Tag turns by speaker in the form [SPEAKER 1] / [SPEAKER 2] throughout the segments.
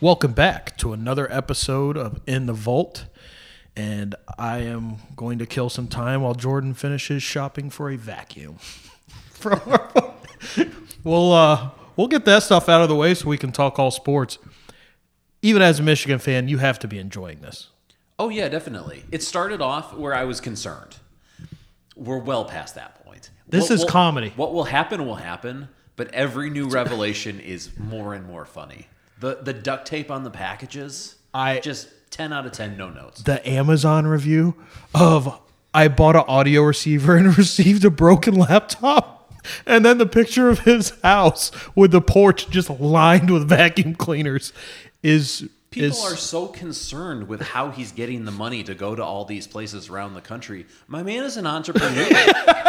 [SPEAKER 1] Welcome back to another episode of In the Vault. And I am going to kill some time while Jordan finishes shopping for a vacuum. From our- we'll uh, we'll get that stuff out of the way so we can talk all sports. Even as a Michigan fan, you have to be enjoying this.
[SPEAKER 2] Oh yeah, definitely. It started off where I was concerned. We're well past that point.
[SPEAKER 1] This is
[SPEAKER 2] will-
[SPEAKER 1] comedy.
[SPEAKER 2] What will happen will happen, but every new revelation is more and more funny. The the duct tape on the packages.
[SPEAKER 1] I-
[SPEAKER 2] just ten out of ten no notes.
[SPEAKER 1] The Amazon review of I bought an audio receiver and received a broken laptop. And then the picture of his house with the porch just lined with vacuum cleaners is
[SPEAKER 2] People
[SPEAKER 1] is
[SPEAKER 2] are so concerned with how he's getting the money to go to all these places around the country. My man is an entrepreneur.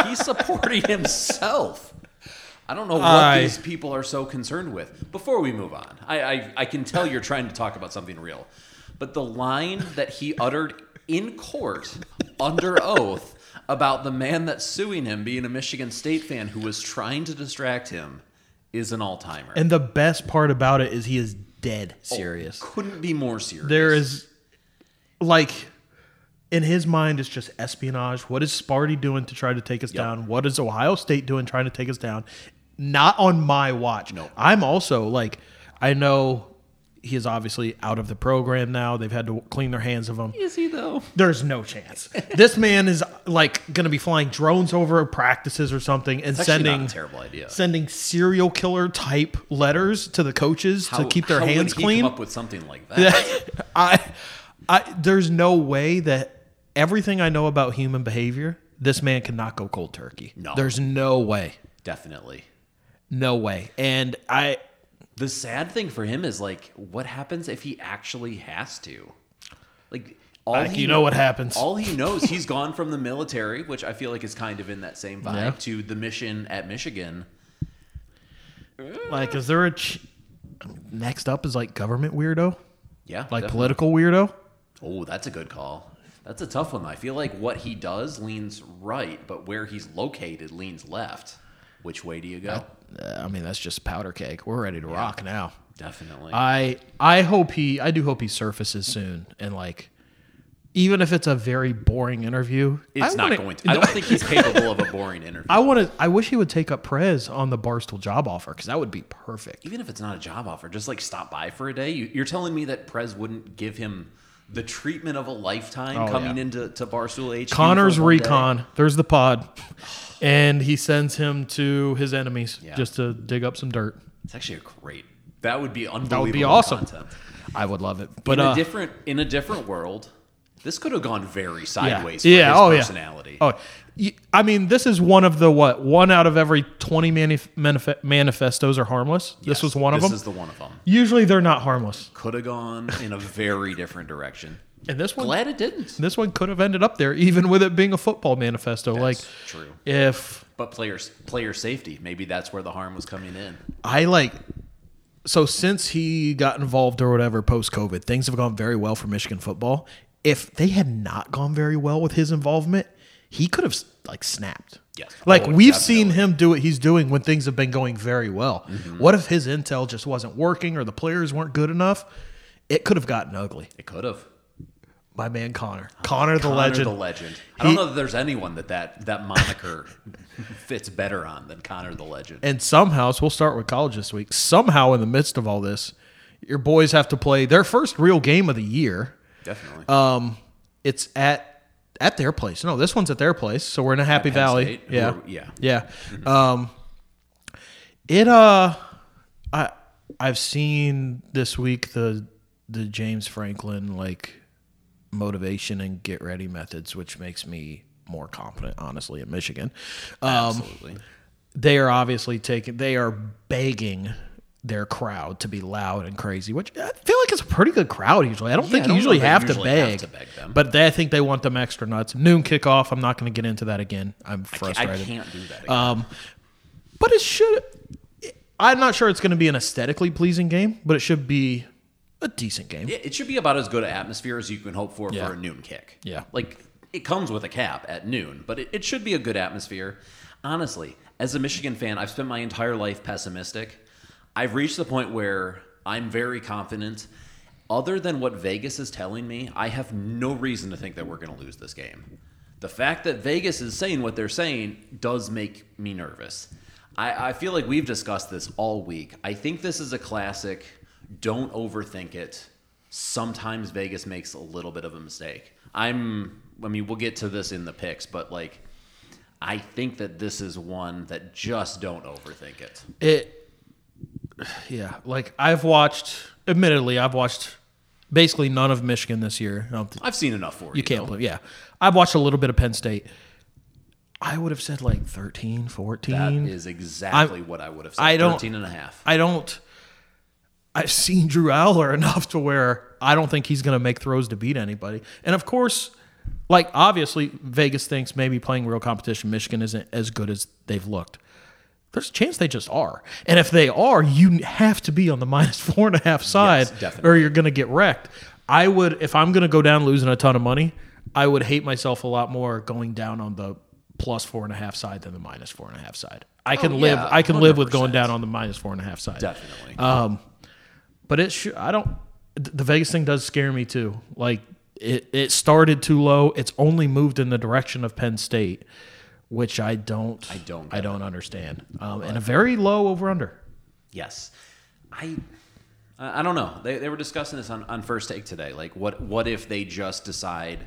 [SPEAKER 2] he's supporting himself. I don't know what
[SPEAKER 1] I-
[SPEAKER 2] these people are so concerned with. Before we move on, I, I, I can tell you're trying to talk about something real, but the line that he uttered in court under oath about the man that's suing him being a Michigan State fan who was trying to distract him is an all timer.
[SPEAKER 1] And the best part about it is he is dead
[SPEAKER 2] Oh,
[SPEAKER 1] serious.
[SPEAKER 2] Couldn't be more serious.
[SPEAKER 1] there is like in his mind it's just espionage. What is Sparty doing to try to take us down? What is Ohio State doing trying to take us down? Not on my watch.
[SPEAKER 2] No.
[SPEAKER 1] I'm also like I know he is obviously out of the program now. They've had to clean their hands of him.
[SPEAKER 2] is he though?
[SPEAKER 1] There's no chance. this man is like going to be flying drones over practices or something and
[SPEAKER 2] It's actually
[SPEAKER 1] sending
[SPEAKER 2] not a terrible idea.
[SPEAKER 1] sending serial killer type letters to the coaches
[SPEAKER 2] How-
[SPEAKER 1] to keep their
[SPEAKER 2] how would
[SPEAKER 1] hands
[SPEAKER 2] he
[SPEAKER 1] clean.
[SPEAKER 2] Come up with something like that.
[SPEAKER 1] I, I, there's no way that everything I know about human behavior, this man cannot go cold turkey.
[SPEAKER 2] No.
[SPEAKER 1] There's no way,
[SPEAKER 2] Definitely.
[SPEAKER 1] no way. And I,
[SPEAKER 2] The sad thing for him is like, what happens if he actually has to? Like, all
[SPEAKER 1] Like,
[SPEAKER 2] he
[SPEAKER 1] you know what happens.
[SPEAKER 2] All he knows, he's gone from the military, which I feel like is kind of in that same vibe,
[SPEAKER 1] Yeah.
[SPEAKER 2] to the mission at Michigan.
[SPEAKER 1] like, is there a ch- next up is like government weirdo,
[SPEAKER 2] Yeah,
[SPEAKER 1] like
[SPEAKER 2] definitely.
[SPEAKER 1] political weirdo?
[SPEAKER 2] Oh, that's a good call. That's a tough one. I feel like what he does leans right, but where he's located leans left. Which way do you go?
[SPEAKER 1] Uh, I mean, that's just powder cake. We're ready to rock now.
[SPEAKER 2] Definitely.
[SPEAKER 1] I I hope he I do hope he surfaces soon and like even if it's a very boring interview,
[SPEAKER 2] it's
[SPEAKER 1] I
[SPEAKER 2] not
[SPEAKER 1] wanna-
[SPEAKER 2] going to. I don't think he's capable of a boring interview.
[SPEAKER 1] I want to. I wish he would take up Prez on the Barstool job offer because that would be perfect.
[SPEAKER 2] even if it's not a job offer, just like stop by for a day. You, you're telling me that Prez wouldn't give him the treatment of a lifetime
[SPEAKER 1] Oh,
[SPEAKER 2] coming
[SPEAKER 1] yeah.
[SPEAKER 2] into to Barstool HQ. for
[SPEAKER 1] Connor's
[SPEAKER 2] one day?
[SPEAKER 1] recon. There's the pod, and he sends him to his enemies
[SPEAKER 2] Yeah.
[SPEAKER 1] just to dig up some dirt.
[SPEAKER 2] It's actually a great. That would be unbelievable.
[SPEAKER 1] That would be awesome.
[SPEAKER 2] Content.
[SPEAKER 1] I would love it, but
[SPEAKER 2] in
[SPEAKER 1] uh,
[SPEAKER 2] a different in a different world, this could have gone very
[SPEAKER 1] yeah,
[SPEAKER 2] sideways. For
[SPEAKER 1] yeah,
[SPEAKER 2] his
[SPEAKER 1] oh
[SPEAKER 2] personality.
[SPEAKER 1] yeah, oh. y- I mean, this is one of the what one out of every twenty manif- manif- manifestos are harmless. this was one of
[SPEAKER 2] This
[SPEAKER 1] them.
[SPEAKER 2] is the one of them.
[SPEAKER 1] Usually, they're not harmless,
[SPEAKER 2] Could have gone in a very different direction.
[SPEAKER 1] and this one,
[SPEAKER 2] Glad it didn't.
[SPEAKER 1] this one could have ended up there, even with it being a football manifesto. like,
[SPEAKER 2] That's true.
[SPEAKER 1] if
[SPEAKER 2] But players, player safety. Maybe that's where the harm was coming in.
[SPEAKER 1] I like so since he got involved or whatever post COVID, things have gone very well for Michigan football. If they had not gone very well with his involvement, he could have like snapped.
[SPEAKER 2] Yes.
[SPEAKER 1] Like
[SPEAKER 2] Oh,
[SPEAKER 1] we've
[SPEAKER 2] definitely.
[SPEAKER 1] seen him do what he's doing when things have been going very well.
[SPEAKER 2] Mm-hmm.
[SPEAKER 1] What if his intel just wasn't working or the players weren't good enough? It could have gotten ugly.
[SPEAKER 2] It could have.
[SPEAKER 1] My man Connor. Connor the
[SPEAKER 2] Oh, Connor
[SPEAKER 1] legend.
[SPEAKER 2] The legend. I
[SPEAKER 1] He-
[SPEAKER 2] don't know that there's anyone that that, that moniker fits better on than Connor the legend.
[SPEAKER 1] And somehow, so we'll start with college this week. Somehow, in the midst of all this, your boys have to play their first real game of the year.
[SPEAKER 2] Definitely.
[SPEAKER 1] Um, it's at at their place. No, this one's at their place. So we're in a happy
[SPEAKER 2] Penn
[SPEAKER 1] valley.
[SPEAKER 2] State, who
[SPEAKER 1] yeah.
[SPEAKER 2] are- yeah. Mm-hmm.
[SPEAKER 1] Yeah. Um, it uh, I I've seen this week the the James Franklin like motivation and get ready methods, which makes me more confident, honestly, in Michigan. Um,
[SPEAKER 2] Absolutely.
[SPEAKER 1] they are obviously taking they are begging their crowd to be loud and crazy which i feel like it's a pretty good crowd usually i don't think
[SPEAKER 2] I
[SPEAKER 1] you
[SPEAKER 2] don't
[SPEAKER 1] usually,
[SPEAKER 2] know if they
[SPEAKER 1] have,
[SPEAKER 2] usually
[SPEAKER 1] to beg,
[SPEAKER 2] have to beg them.
[SPEAKER 1] but they, i think they want them extra nuts noon kickoff i'm not going to get into that again i'm
[SPEAKER 2] I
[SPEAKER 1] frustrated
[SPEAKER 2] can't do that. Again.
[SPEAKER 1] um but it should i'm not sure it's going to be an aesthetically pleasing game but it should be a decent game
[SPEAKER 2] it, it should be about as good an atmosphere as you can hope for
[SPEAKER 1] Yeah.
[SPEAKER 2] for a noon kick.
[SPEAKER 1] Yeah.
[SPEAKER 2] Like it comes with a cap at noon, but it, it should be a good atmosphere. Honestly, as a Michigan fan, I've spent my entire life pessimistic. I've reached the point where I'm very confident. Other than what Vegas is telling me, I have no reason to think that we're going to lose this game. The fact that Vegas is saying what they're saying does make me nervous. I, I feel like we've discussed this all week. I think this is a classic. Don't overthink it. Sometimes Vegas makes a little bit of a mistake. I'm, I mean, we'll get to this in the picks, but like, I think that this is one that just don't overthink it.
[SPEAKER 1] It, yeah, like I've watched. Admittedly, I've watched basically none of Michigan this year. I don't think-
[SPEAKER 2] I've seen enough for you.
[SPEAKER 1] you can't
[SPEAKER 2] though.
[SPEAKER 1] believe. Yeah, I've watched a little bit of Penn State. I would have said like 13, 14.
[SPEAKER 2] That is exactly what I would have said.
[SPEAKER 1] I don't-
[SPEAKER 2] 13 and a half.
[SPEAKER 1] I don't. I've seen Drew Aller enough to where I don't think he's going to make throws to beat anybody. And of course, like obviously, Vegas thinks maybe playing real competition, Michigan isn't as good as they've looked. There's a chance they just are. And if they are, you have to be on the minus four and a half side
[SPEAKER 2] definitely.
[SPEAKER 1] or you're going to get wrecked. I would, if I'm going to go down losing a ton of money, I would hate myself a lot more going down on the plus four and a half side than the minus four and a half side. I can live.
[SPEAKER 2] Oh, yeah,
[SPEAKER 1] I can live with
[SPEAKER 2] 100%.
[SPEAKER 1] going down on the minus four and a half side.
[SPEAKER 2] Definitely.
[SPEAKER 1] But it should. I don't. th- The Vegas thing does scare me too. Like it. It started too low. It's only moved in the direction of Penn State, which I don't. I
[SPEAKER 2] don't
[SPEAKER 1] I
[SPEAKER 2] get
[SPEAKER 1] don't understand. Um, and a very low over under.
[SPEAKER 2] yes. I I I don't know. They, they were discussing this on, on first take today. Like what what if they just decide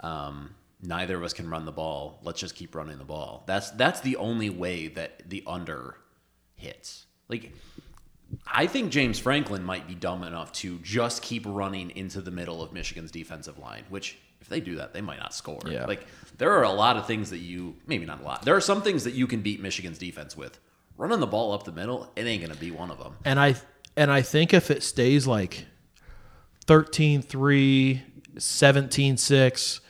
[SPEAKER 2] um, neither of us can run the ball, let's just keep running the ball. That's that's the only way that the under hits. Like I think James Franklin might be dumb enough to just keep running into the middle of Michigan's defensive line, which if they do that, they might not score.
[SPEAKER 1] Yeah.
[SPEAKER 2] Like there are a lot of things that you maybe not a lot. There are some things that you can beat Michigan's defense with. Running the ball up the middle, it ain't gonna be one of them.
[SPEAKER 1] and I and I think if it stays like 13-3, 17-6,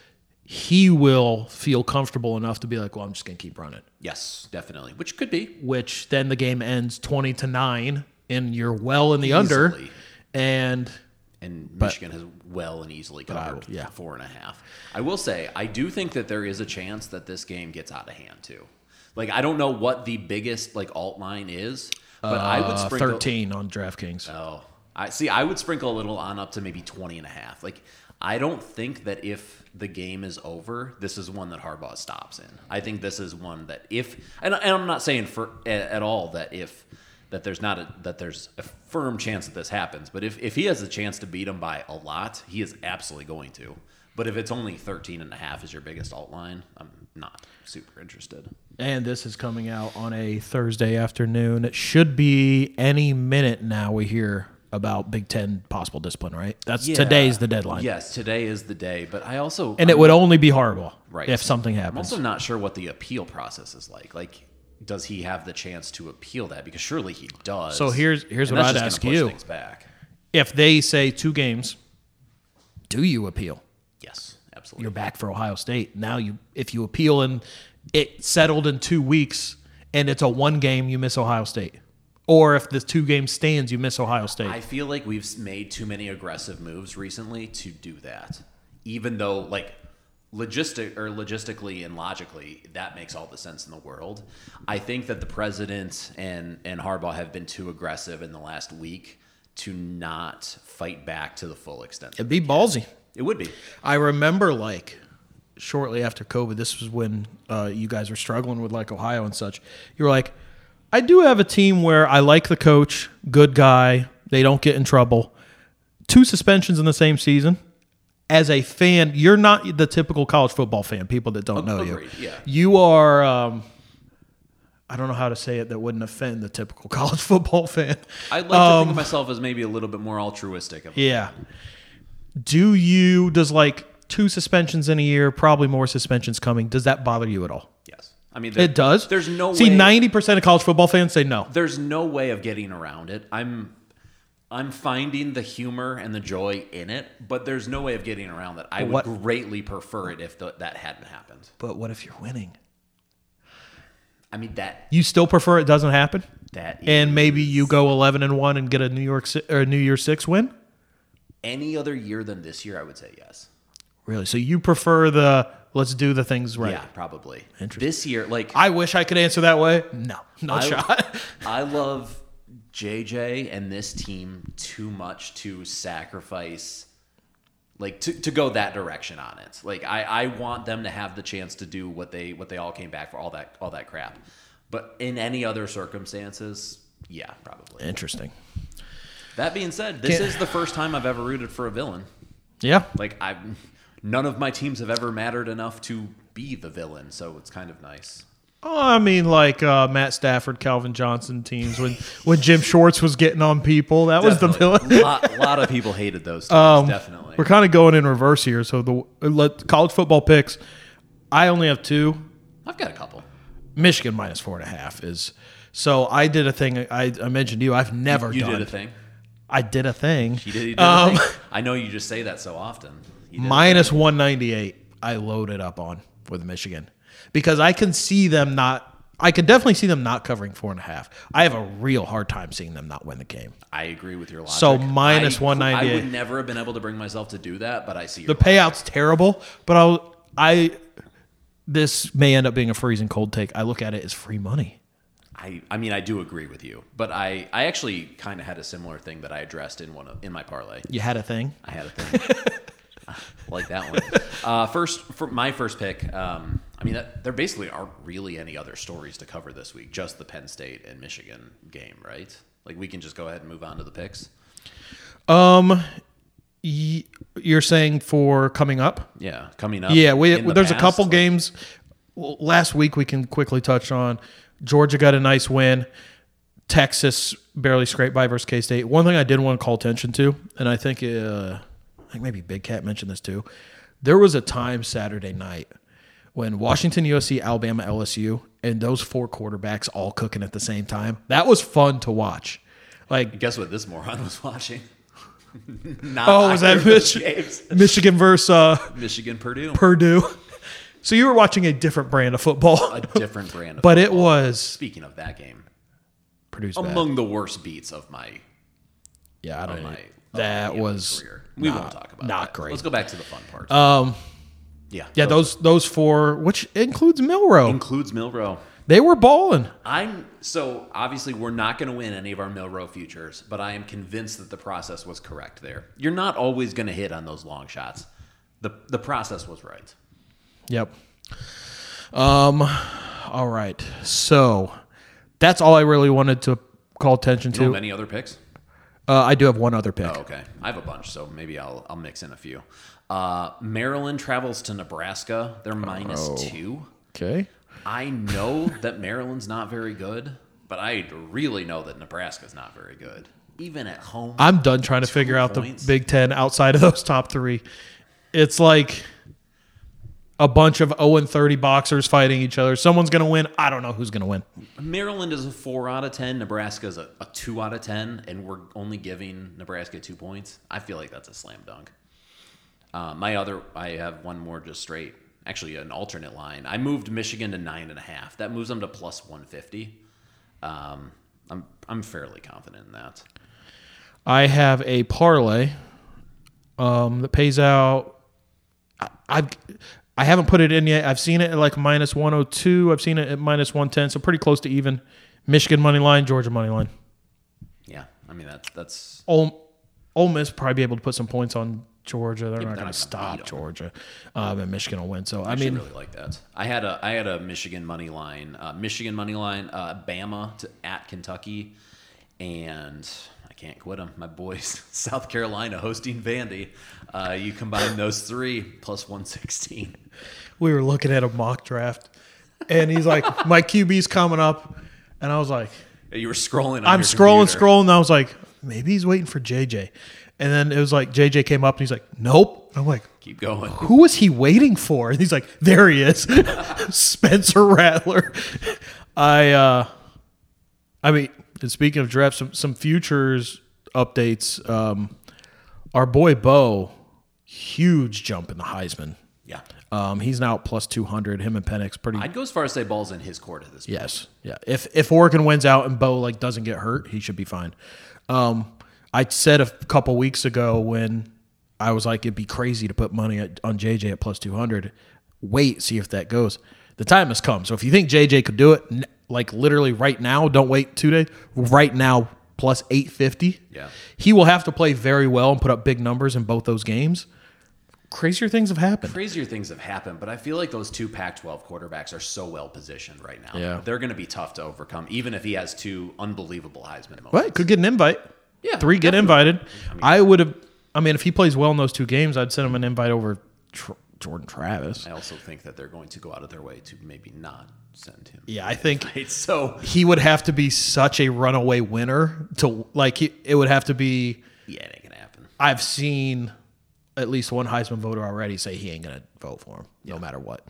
[SPEAKER 1] he will feel comfortable enough to be like, "Well, I'm just going to keep running."
[SPEAKER 2] Yes, definitely. Which could be.
[SPEAKER 1] Which then the game ends 20 to 9 and you're well in the under
[SPEAKER 2] Easily.
[SPEAKER 1] and
[SPEAKER 2] And Michigan has well and easily covered
[SPEAKER 1] yeah.
[SPEAKER 2] four and a half. I will say, I do think that there is a chance that this game gets out of hand too. Like I don't know what the biggest like alt line is, but I would
[SPEAKER 1] uh,
[SPEAKER 2] sprinkle
[SPEAKER 1] 13 on DraftKings.
[SPEAKER 2] Oh, I see. I would sprinkle a little on up to maybe 20 and a half. Like, I don't think that if the game is over, this is one that Harbaugh stops in. I think this is one that if, and, and I'm not saying for a- at all that if that there's not a, that there's a firm chance that this happens, but if if he has a chance to beat him by a lot, he is absolutely going to. But if it's only 13 and a half is your biggest alt line, I'm not super interested.
[SPEAKER 1] And this is coming out on a Thursday afternoon. It should be any minute now we hear about Big 10 possible discipline, right? That's today's the deadline.
[SPEAKER 2] Yes, today is the day, but I also
[SPEAKER 1] And it would only be horrible
[SPEAKER 2] Right.
[SPEAKER 1] if something
[SPEAKER 2] I'm
[SPEAKER 1] happens.
[SPEAKER 2] also not sure what the appeal process is like. Like, does he have the chance to appeal that? Because surely he does.
[SPEAKER 1] So here's- here's
[SPEAKER 2] And
[SPEAKER 1] what
[SPEAKER 2] that's
[SPEAKER 1] I'd
[SPEAKER 2] just gonna
[SPEAKER 1] ask
[SPEAKER 2] push
[SPEAKER 1] you.
[SPEAKER 2] Things back.
[SPEAKER 1] if they say two games, do you appeal?
[SPEAKER 2] Yes, absolutely.
[SPEAKER 1] You're back for Ohio State. Now you if you appeal and it settled in two weeks and it's a one game, you miss Ohio State. Or if the two game stands, you miss Ohio State.
[SPEAKER 2] I feel like we've made too many aggressive moves recently to do that. Even though, like, logistic or logistically and logically, that makes all the sense in the world. I think that the president and and Harbaugh have been too aggressive in the last week to not fight back to the full extent.
[SPEAKER 1] It'd be ballsy.
[SPEAKER 2] It would be.
[SPEAKER 1] I remember like shortly after COVID, this was when uh, you guys were struggling with like Ohio and such. You were like, I do have a team where I like the coach, good guy, they don't get in trouble. Two suspensions in the same season. As a fan, you're not the typical college football fan, people that don't know
[SPEAKER 2] Agreed,
[SPEAKER 1] you.
[SPEAKER 2] yeah.
[SPEAKER 1] You are, um, I don't know how to say it that wouldn't offend the typical college football fan.
[SPEAKER 2] I'd like to think of myself as maybe a little bit more altruistic. Of
[SPEAKER 1] Um, Yeah. Do you does like two suspensions in a year, probably more suspensions coming, does that bother you at all?
[SPEAKER 2] Yes, I mean there-
[SPEAKER 1] It does.
[SPEAKER 2] There's no
[SPEAKER 1] See,
[SPEAKER 2] way.
[SPEAKER 1] ninety percent of college football fans say no.
[SPEAKER 2] there's no way of getting around it. I'm I'm finding the humor and the joy in it, but there's no way of getting around that. I would
[SPEAKER 1] What-
[SPEAKER 2] greatly prefer it if th that hadn't happened.
[SPEAKER 1] But what if you're winning?
[SPEAKER 2] I mean that
[SPEAKER 1] You still prefer it doesn't happen,
[SPEAKER 2] that is-
[SPEAKER 1] and maybe you go eleven and one and get a New York Si- or New Year Six win.
[SPEAKER 2] any other year than this year, I would say yes.
[SPEAKER 1] Really? So you prefer the let's do the things right?
[SPEAKER 2] Yeah, probably. This year, like
[SPEAKER 1] I wish I could answer that way. No, not
[SPEAKER 2] I-
[SPEAKER 1] shot.
[SPEAKER 2] I love JJ and this team too much to sacrifice like to, to go that direction on it. Like I, I want them to have the chance to do what they what they all came back for, all that all that crap. But in any other circumstances, yeah, probably.
[SPEAKER 1] Interesting.
[SPEAKER 2] That being said, this
[SPEAKER 1] Can't-
[SPEAKER 2] is the first time I've ever rooted for a villain.
[SPEAKER 1] Yeah.
[SPEAKER 2] Like I none of my teams have ever mattered enough to be the villain, so it's kind of nice.
[SPEAKER 1] Oh, I mean, like uh, Matt Stafford, Calvin Johnson teams when when Jim Schwartz was getting on people. That was the
[SPEAKER 2] Definitely.
[SPEAKER 1] villain. Um,
[SPEAKER 2] lot, lot of people hated those teams, definitely.
[SPEAKER 1] We're kind of going in reverse here. So the let, college football picks, I only have two.
[SPEAKER 2] I've got a couple.
[SPEAKER 1] Michigan minus four and a half is. So I did a thing. I, I mentioned to you. I've never
[SPEAKER 2] You
[SPEAKER 1] done.
[SPEAKER 2] did a thing.
[SPEAKER 1] I did a thing.
[SPEAKER 2] You did, you did
[SPEAKER 1] Um,
[SPEAKER 2] a thing. I know you just say that so often. You did.
[SPEAKER 1] minus 198 i loaded up on with michigan because i can see them not i can definitely see them not covering four and a half i have a real hard time seeing them not win the game
[SPEAKER 2] I agree with your logic.
[SPEAKER 1] So minus
[SPEAKER 2] I-
[SPEAKER 1] 198.
[SPEAKER 2] I would never have been able to bring myself to do that, but I see your
[SPEAKER 1] the payout's terrible but i'll i this may end up being a freezing cold take i look at it as free money
[SPEAKER 2] I, I mean, I do agree with you, but I, I actually kind of had a similar thing that I addressed in one of, in my parlay.
[SPEAKER 1] you had a thing
[SPEAKER 2] I had a thing like that one. Uh, first, for my first pick, um, I mean, that, there basically aren't really any other stories to cover this week. Just the Penn State and Michigan game, right? Like we can just go ahead and move on to the picks.
[SPEAKER 1] Y- you're saying for coming up
[SPEAKER 2] Yeah, coming up.
[SPEAKER 1] yeah we,
[SPEAKER 2] in the
[SPEAKER 1] there's a
[SPEAKER 2] past,
[SPEAKER 1] couple
[SPEAKER 2] like,
[SPEAKER 1] games well, last week we can quickly touch on georgia got a nice win texas barely scraped by versus k-state one thing i did want to call attention to and i think uh, i think maybe big cat mentioned this too there was a time saturday night when washington usc alabama lsu and those four quarterbacks all cooking at the same time that was fun to watch like
[SPEAKER 2] Guess what? This moron was watching. Not
[SPEAKER 1] Oh, was
[SPEAKER 2] either
[SPEAKER 1] that
[SPEAKER 2] of those
[SPEAKER 1] Mich-
[SPEAKER 2] games.
[SPEAKER 1] michigan versus uh,
[SPEAKER 2] Michigan, Purdue,
[SPEAKER 1] purdue so you were watching a different brand of football
[SPEAKER 2] a different brand. Of
[SPEAKER 1] but it was
[SPEAKER 2] speaking of that game,
[SPEAKER 1] Purdue's bad.
[SPEAKER 2] among the worst beats of my
[SPEAKER 1] Yeah, I don't know.
[SPEAKER 2] my
[SPEAKER 1] That
[SPEAKER 2] Oh, my
[SPEAKER 1] was
[SPEAKER 2] career. We
[SPEAKER 1] not-
[SPEAKER 2] won't talk about
[SPEAKER 1] not
[SPEAKER 2] that.
[SPEAKER 1] great.
[SPEAKER 2] Let's go back to the fun part. Um, yeah,
[SPEAKER 1] yeah. Those those four, which includes Milrow,
[SPEAKER 2] includes Milrow.
[SPEAKER 1] they were balling.
[SPEAKER 2] I'm so obviously we're not going to win any of our Milrow futures, but I am convinced that the process was correct there. You're not always going to hit on those long shots. The the process was right.
[SPEAKER 1] Yep. Um. All right. So that's all I really wanted to call attention
[SPEAKER 2] Do you
[SPEAKER 1] to.
[SPEAKER 2] have any other picks?
[SPEAKER 1] Uh, I do have one other pick.
[SPEAKER 2] Oh, okay. I have a bunch, so maybe I'll I'll mix in a few. Uh, Maryland travels to Nebraska. They're minus two.
[SPEAKER 1] Okay.
[SPEAKER 2] I know that Maryland's not very good, but I really know that Nebraska's not very good, even at home.
[SPEAKER 1] I'm done trying to figure out
[SPEAKER 2] points.
[SPEAKER 1] the Big Ten outside of those top three. It's like a bunch of 0 and 30 boxers fighting each other. Someone's going to win. I don't know who's going to win.
[SPEAKER 2] Maryland is a four out of ten. Nebraska's a, a two out of ten, and we're only giving Nebraska two points. I feel like that's a slam dunk. Uh, my other, I have one more just straight. Actually, an alternate line. I moved Michigan to nine and a half. That moves them to plus one fifty. Um, I'm I'm fairly confident in that.
[SPEAKER 1] I have a parlay um, that pays out. I, I've I haven't put it in yet. I've seen it at like minus one hundred two. I've seen it at minus one ten. So pretty close to even. Michigan money line, Georgia money line.
[SPEAKER 2] Yeah, I mean that's that's
[SPEAKER 1] Ole, Ole Miss probably be able to put some points on Georgia. They're not
[SPEAKER 2] they're
[SPEAKER 1] going
[SPEAKER 2] not
[SPEAKER 1] to
[SPEAKER 2] gonna beat
[SPEAKER 1] stop
[SPEAKER 2] 'em.
[SPEAKER 1] Georgia, um, and Michigan will win. So I
[SPEAKER 2] I
[SPEAKER 1] mean,
[SPEAKER 2] really like that. I had a I had a Michigan money line, uh, Michigan money line, uh, Bama to at Kentucky, and I can't quit them. My boys, South Carolina hosting Vandy. Uh, you combine those three plus one sixteen.
[SPEAKER 1] we were looking at a mock draft, and he's like, "My QB's coming up," and I was like.
[SPEAKER 2] You were scrolling. On
[SPEAKER 1] I'm
[SPEAKER 2] your
[SPEAKER 1] scrolling,
[SPEAKER 2] computer.
[SPEAKER 1] scrolling. And I was like, maybe he's waiting for JJ. And then it was like JJ came up and he's like, nope. And I'm like,
[SPEAKER 2] Keep going.
[SPEAKER 1] who was he waiting for? And he's like, there he is, Spencer Rattler. I, uh, I mean, and speaking of draft, some some futures updates. Um, our boy Bo, huge jump in the Heisman.
[SPEAKER 2] Yeah,
[SPEAKER 1] Um, he's now at plus two hundred. Him and Penix, pretty.
[SPEAKER 2] I'd go as far as say balls in his court at this. point.
[SPEAKER 1] Yes. Yeah. If if Oregon wins out and Bo like doesn't get hurt, he should be fine. Um, I said a couple weeks ago when I was like, it'd be crazy to put money at, on JJ at plus two hundred. Wait, see if that goes. The time has come. So if you think JJ could do it, n- like literally right now, don't wait two days. Right now, plus 850.
[SPEAKER 2] Yeah.
[SPEAKER 1] He will have to play very well and put up big numbers in both those games. Crazier things have happened.
[SPEAKER 2] Crazier things have happened, but I feel like those two Pac-12 quarterbacks are so well positioned right now.
[SPEAKER 1] Yeah.
[SPEAKER 2] they're going to be tough to overcome, even if he has two unbelievable Heisman moments.
[SPEAKER 1] Right, could get an invite.
[SPEAKER 2] Yeah,
[SPEAKER 1] three get invited. I would have. I mean, if he plays well in those two games, I'd send him an invite over Tr- Jordan Travis.
[SPEAKER 2] I also think that they're going to go out of their way to maybe not send him.
[SPEAKER 1] Yeah, I think
[SPEAKER 2] Right, so
[SPEAKER 1] he would have to be such a runaway winner to like. He, it would have to be.
[SPEAKER 2] yeah, it ain't gonna happen.
[SPEAKER 1] I've seen at least one Heisman voter already say he ain't gonna vote for him, no matter what.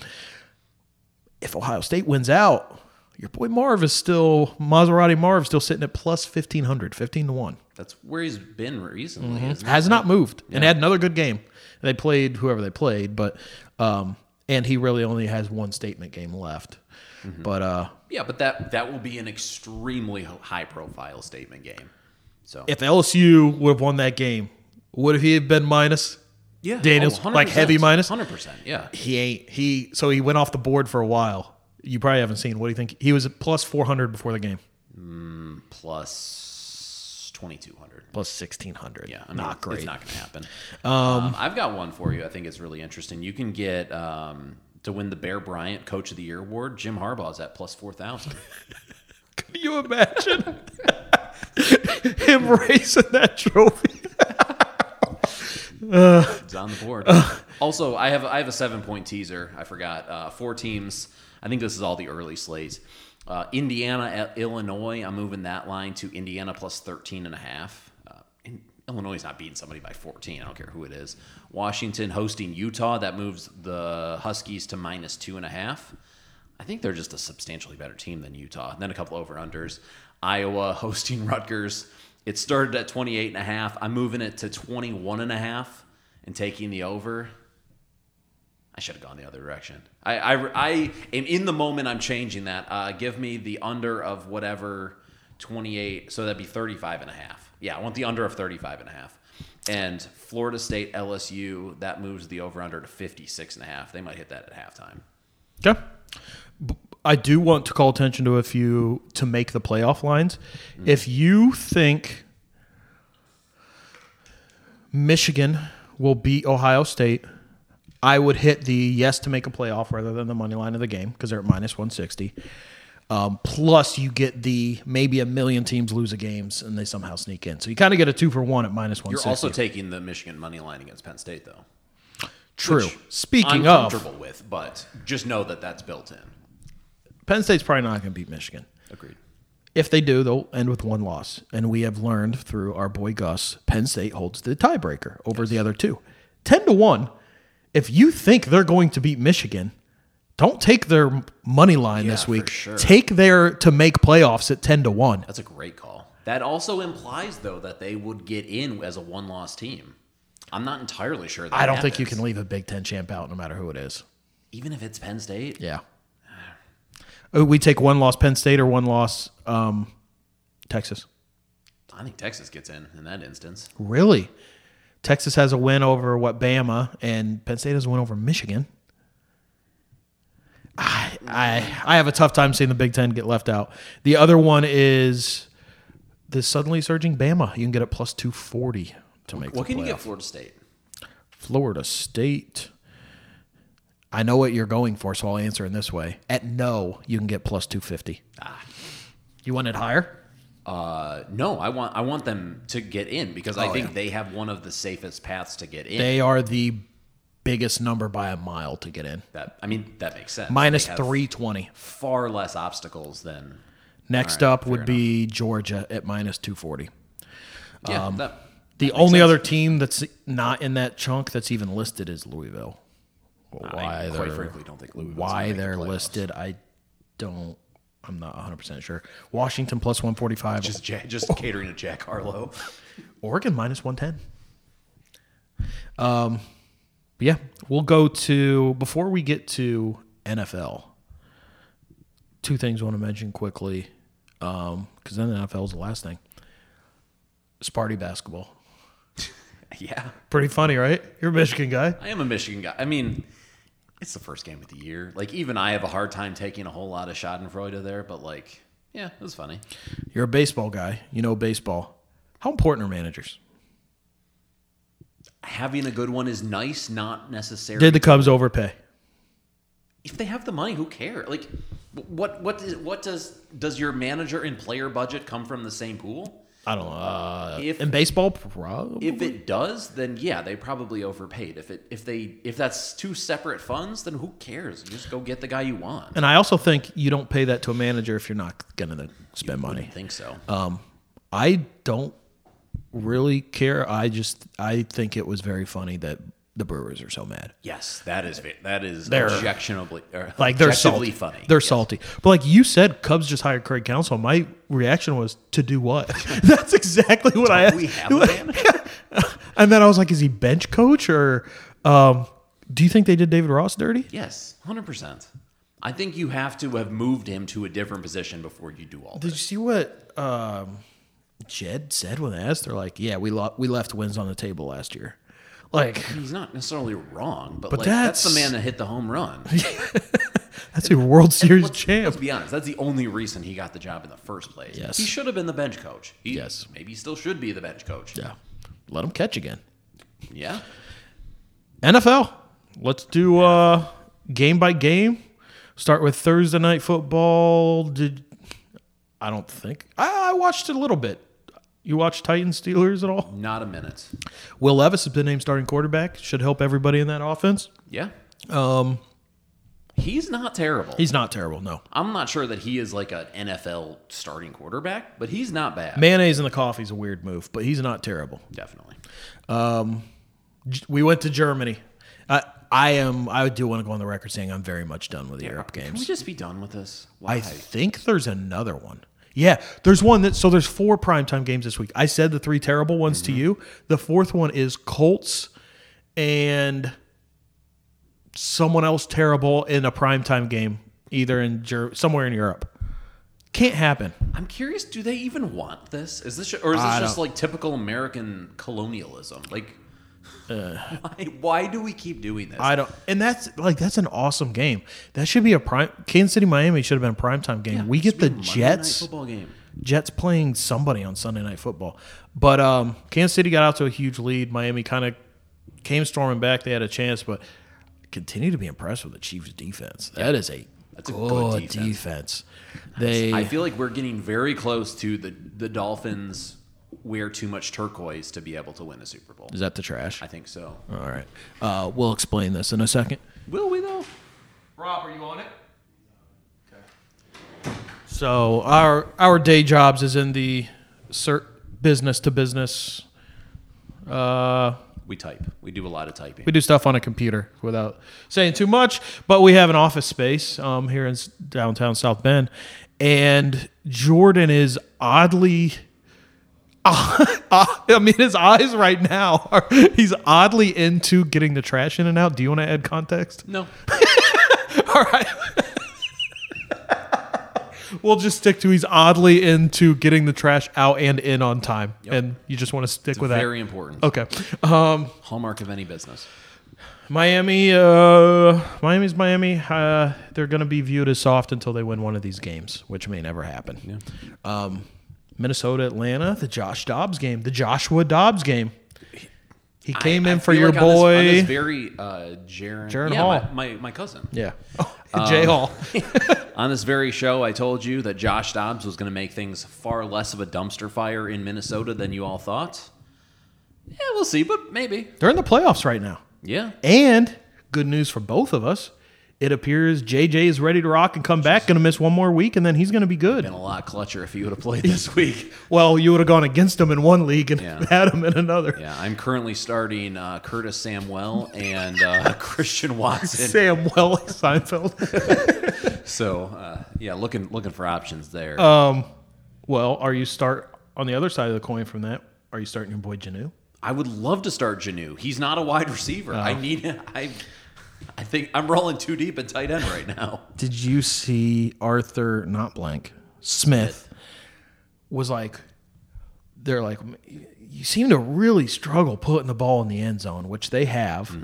[SPEAKER 1] If Ohio State wins out, your boy Marv is still Maserati Marv still sitting at plus 1500, 15 to one.
[SPEAKER 2] That's where he's been recently. Isn't it?
[SPEAKER 1] has not moved and had another good game. They played whoever they played, but um, and he really only has one statement game left. But uh,
[SPEAKER 2] Yeah, but that that will be an extremely high profile statement game. So
[SPEAKER 1] if LSU would have won that game, would have he have been minus?
[SPEAKER 2] yeah, oh,
[SPEAKER 1] Daniels, like heavy minus?
[SPEAKER 2] hundred percent. Yeah,
[SPEAKER 1] He ain't he. So he went off the board for a while. You probably haven't seen. What do you think? He was at plus four hundred before the game,
[SPEAKER 2] plus twenty two hundred.
[SPEAKER 1] plus sixteen hundred.
[SPEAKER 2] Yeah, I mean,
[SPEAKER 1] not
[SPEAKER 2] it's-
[SPEAKER 1] great.
[SPEAKER 2] It's not going to happen. Um, I've got one for you. I think it's really interesting. You can get um, to win the Bear Bryant Coach of the Year award. Jim Harbaugh's at plus four thousand.
[SPEAKER 1] Can you imagine him raising that trophy?
[SPEAKER 2] It's on the board. also, I have I have a seven point teaser. I forgot uh, four teams. I think this is all the early slates. Uh, Indiana at Illinois. I'm moving that line to Indiana plus 13 and a half. Uh, in, Illinois is not beating somebody by 14. I don't care who it is. Washington hosting Utah. That moves the Huskies to minus two and a half. I think they're just a substantially better team than Utah. And then a couple over unders. Iowa hosting Rutgers. It started at 28 and a half. I'm moving it to 21 and a half and taking the over. I should have gone the other direction. I, I, I am in the moment. I'm changing that. Uh, give me the under of whatever 28. So that'd be 35 and a half. Yeah, I want the under of 35 and a half. And Florida State LSU, that moves the over under to 56 and a half. They might hit that at halftime.
[SPEAKER 1] Okay. B- I do want to call attention to a few to make the playoff lines.
[SPEAKER 2] Mm.
[SPEAKER 1] If you think Michigan will beat Ohio State, I would hit the yes to make a playoff rather than the money line of the game because they're at minus 160. Um, plus, you get the maybe a million teams lose a games and they somehow sneak in. So you kind of get a two for one at minus
[SPEAKER 2] You're
[SPEAKER 1] 160.
[SPEAKER 2] also taking the Michigan money line against Penn State, though.
[SPEAKER 1] True.
[SPEAKER 2] which
[SPEAKER 1] Speaking
[SPEAKER 2] I'm
[SPEAKER 1] of,
[SPEAKER 2] comfortable with, but just know that that's built in.
[SPEAKER 1] Penn State's probably not going to beat Michigan.
[SPEAKER 2] Agreed.
[SPEAKER 1] If they do, they'll end with one loss. And we have learned through our boy Gus, Penn State holds the tiebreaker over the other two. 10 to 1. If you think they're going to beat Michigan, don't take their money line
[SPEAKER 2] Yeah,
[SPEAKER 1] this
[SPEAKER 2] for
[SPEAKER 1] week.
[SPEAKER 2] sure.
[SPEAKER 1] Take their to make playoffs at 10 to 1.
[SPEAKER 2] That's a great call. That also implies, though, that they would get in as a one-loss team. I'm not entirely sure. That
[SPEAKER 1] I don't think you
[SPEAKER 2] happens.
[SPEAKER 1] can leave a Big 10 champ out no matter who it is.
[SPEAKER 2] even if it's Penn State.
[SPEAKER 1] Yeah. Uh, We take one loss Penn State or one loss um, Texas.
[SPEAKER 2] I think Texas gets in in that instance.
[SPEAKER 1] Really? Texas has a win over what Bama, and Penn State has a win over Michigan. I I, I have a tough time seeing the Big Ten get left out. The other one is the suddenly surging Bama. You can get it plus two forty to make.
[SPEAKER 2] What
[SPEAKER 1] the
[SPEAKER 2] can you get
[SPEAKER 1] playoff.
[SPEAKER 2] Florida State?
[SPEAKER 1] Florida State. I know what you're going for, so I'll answer in this way. At no, you can get plus two fifty. Ah. You want it higher?
[SPEAKER 2] Uh, no, I want I want them to get in because I
[SPEAKER 1] Oh,
[SPEAKER 2] think
[SPEAKER 1] yeah.
[SPEAKER 2] they have one of the safest paths to get in.
[SPEAKER 1] They are the biggest number by a mile to get in.
[SPEAKER 2] that I mean that makes sense.
[SPEAKER 1] Minus
[SPEAKER 2] They have
[SPEAKER 1] three twenty.
[SPEAKER 2] far less obstacles than
[SPEAKER 1] Next up would be Georgia at minus 240.
[SPEAKER 2] yeah.
[SPEAKER 1] Um,
[SPEAKER 2] that,
[SPEAKER 1] The only other team that's not in that chunk that's even listed is Louisville. Well,
[SPEAKER 2] I
[SPEAKER 1] why
[SPEAKER 2] quite
[SPEAKER 1] they're,
[SPEAKER 2] frankly don't think Louisville's gonna
[SPEAKER 1] why
[SPEAKER 2] make the
[SPEAKER 1] they're
[SPEAKER 2] playoffs.
[SPEAKER 1] listed, I don't. I'm not 100% sure. Washington plus 145.
[SPEAKER 2] just Ja- just catering to Jack Harlow.
[SPEAKER 1] Oregon minus 110. Um, but yeah, we'll go to before we get to NFL. Two things I want to mention quickly, because then the NFL is the last thing. Sparty basketball,
[SPEAKER 2] yeah.
[SPEAKER 1] pretty funny, right? You're a Michigan guy.
[SPEAKER 2] I am a Michigan guy. I mean, it's the first game of the year. Like, even I have a hard time taking a whole lot of Schadenfreude there, but like, Yeah, it was funny.
[SPEAKER 1] You're a baseball guy. You know baseball. How important are managers?
[SPEAKER 2] Having a good one is nice, not necessary.
[SPEAKER 1] Did the Cubs overpay?
[SPEAKER 2] if they have the money, who care? Like, what what is what does does your manager and player budget come from the same pool?
[SPEAKER 1] I don't know. Uh,
[SPEAKER 2] If-
[SPEAKER 1] in baseball, probably.
[SPEAKER 2] If it does, then yeah, they probably overpaid. If it if they if that's two separate funds, then who cares? You just go get the guy you want.
[SPEAKER 1] and I also think you don't pay that to a manager if you're not going to spend
[SPEAKER 2] I
[SPEAKER 1] money.
[SPEAKER 2] think so.
[SPEAKER 1] Um, I don't really care. I just I think it was very funny that the Brewers are so mad.
[SPEAKER 2] yes, that is ve- that is
[SPEAKER 1] They're-
[SPEAKER 2] objectionably or
[SPEAKER 1] Like they're
[SPEAKER 2] objectively
[SPEAKER 1] salty.
[SPEAKER 2] funny.
[SPEAKER 1] They're salty. But like you said, Cubs just hired Craig Counsell. My reaction was to do what? That's exactly what I.
[SPEAKER 2] we have a manager?
[SPEAKER 1] and then I was like, is he bench coach or? Um, do you think they did David Ross dirty?
[SPEAKER 2] yes, hundred percent. I think you have to have moved him to a different position before you do all
[SPEAKER 1] Did
[SPEAKER 2] this.
[SPEAKER 1] you see what um, Jed said when asked? They're like, yeah, we lo- we left wins on the table last year. Like
[SPEAKER 2] He's not necessarily wrong, but,
[SPEAKER 1] But
[SPEAKER 2] like, that's the
[SPEAKER 1] that's-
[SPEAKER 2] man that hit the home run.
[SPEAKER 1] that's a World Series
[SPEAKER 2] Let's-
[SPEAKER 1] champ.
[SPEAKER 2] Let's be honest. That's the only reason he got the job in the first place.
[SPEAKER 1] Yes.
[SPEAKER 2] He should have been the bench coach. He,
[SPEAKER 1] Yes.
[SPEAKER 2] Maybe he still should be the bench coach.
[SPEAKER 1] Yeah. Let them catch again.
[SPEAKER 2] Yeah.
[SPEAKER 1] NFL. Let's do uh game by game. Start with Thursday night football. Did I don't think I, I watched it a little bit. You watch Titans Steelers at all?
[SPEAKER 2] Not a minute.
[SPEAKER 1] Will Levis has been named starting quarterback. Should help everybody in that offense.
[SPEAKER 2] Yeah.
[SPEAKER 1] Um,
[SPEAKER 2] He's not terrible.
[SPEAKER 1] he's not terrible. No
[SPEAKER 2] I'm not sure that he is like an NFL starting quarterback, but he's not bad.
[SPEAKER 1] mayonnaise in the coffee is a weird move, but he's not terrible.
[SPEAKER 2] Definitely.
[SPEAKER 1] G- We went to Germany. I I am. I do want to go on the record saying I'm very much done with Europe
[SPEAKER 2] Can we
[SPEAKER 1] games.
[SPEAKER 2] just be done with this? Why?
[SPEAKER 1] I think there's another one. Yeah, there's one that so there's four primetime games this week. I said the three terrible ones
[SPEAKER 2] Mm-hmm.
[SPEAKER 1] to you. The fourth one is Colts and someone else terrible in a primetime game either in Ger- somewhere in Europe. Can't happen.
[SPEAKER 2] I'm curious. Do they even want this? Is this or is this
[SPEAKER 1] I
[SPEAKER 2] just
[SPEAKER 1] don't-
[SPEAKER 2] like typical American colonialism? Like, why, why do we keep doing this?
[SPEAKER 1] Uh, I don't and that's like that's an awesome game. That should be a prime Kansas City Miami should have been a primetime game. we get
[SPEAKER 2] It's
[SPEAKER 1] the
[SPEAKER 2] been a Monday night
[SPEAKER 1] Jets.
[SPEAKER 2] football game.
[SPEAKER 1] Jets playing somebody on Sunday Night Football. But um, Kansas City got out to a huge lead. Miami kind of came storming back. They had a chance, but continue to be impressed with the Chiefs' defense. That is a
[SPEAKER 2] That's a
[SPEAKER 1] good,
[SPEAKER 2] good
[SPEAKER 1] defense.
[SPEAKER 2] defense.
[SPEAKER 1] They
[SPEAKER 2] I feel like we're getting very close to the the Dolphins wear too much turquoise to be able to win a Super Bowl.
[SPEAKER 1] is that the trash?
[SPEAKER 2] I think so.
[SPEAKER 1] All right, uh, we'll explain this in a second.
[SPEAKER 2] Will we though?
[SPEAKER 1] Rob, are you on it? So our our day jobs is in the cert business to business. Uh,
[SPEAKER 2] We type. We do a lot of typing.
[SPEAKER 1] we do stuff on a computer without saying too much but we have an office space um, here in s- downtown south bend and jordan is oddly uh, i mean his eyes right now are he's oddly into getting the trash in and out do you want to add context
[SPEAKER 2] No.
[SPEAKER 1] all right we'll just stick to he's oddly into getting the trash out and in on time and you just want to stick with that
[SPEAKER 2] Very important.
[SPEAKER 1] okay um
[SPEAKER 2] Hallmark of any business.
[SPEAKER 1] Miami, uh, Miami's Miami. Uh, they're going to be viewed as soft until they win one of these games, which may never happen. Um, Minnesota, Atlanta, the Josh Dobbs game, the Joshua Dobbs game. He came
[SPEAKER 2] I- I
[SPEAKER 1] in for
[SPEAKER 2] feel
[SPEAKER 1] your
[SPEAKER 2] like on this-
[SPEAKER 1] boy,
[SPEAKER 2] on this very uh, Jaron.
[SPEAKER 1] Jaron
[SPEAKER 2] yeah,
[SPEAKER 1] Hall.
[SPEAKER 2] My, my my cousin.
[SPEAKER 1] yeah,
[SPEAKER 2] Oh,
[SPEAKER 1] Um, J Hall.
[SPEAKER 2] On this very show, I told you that Josh Dobbs was going to make things far less of a dumpster fire in Minnesota than you all thought. Yeah, we'll see, but maybe.
[SPEAKER 1] They're in the playoffs right now,
[SPEAKER 2] Yeah.
[SPEAKER 1] and good news for both of us. It appears JJ is ready to rock and come back. Going to miss one more week, and then he's going to be good.
[SPEAKER 2] Been a lot clutcher if you would have played this week.
[SPEAKER 1] Well, you would have gone against him in one league and
[SPEAKER 2] Yeah.
[SPEAKER 1] had him in another.
[SPEAKER 2] Yeah, I'm currently starting uh, Curtis Samwell and uh, Christian Watson.
[SPEAKER 1] Sam Well Seinfeld.
[SPEAKER 2] So uh, yeah, looking looking for options there.
[SPEAKER 1] Well, are you start on the other side of the coin from that? Are you starting your boy Janu?
[SPEAKER 2] I would love to start Janu. He's not a wide receiver. I need. I I think I'm rolling too deep at tight end right now.
[SPEAKER 1] Did you see Arthur not blank Smith was like they're like you seem to really struggle putting the ball in the end zone, which they have.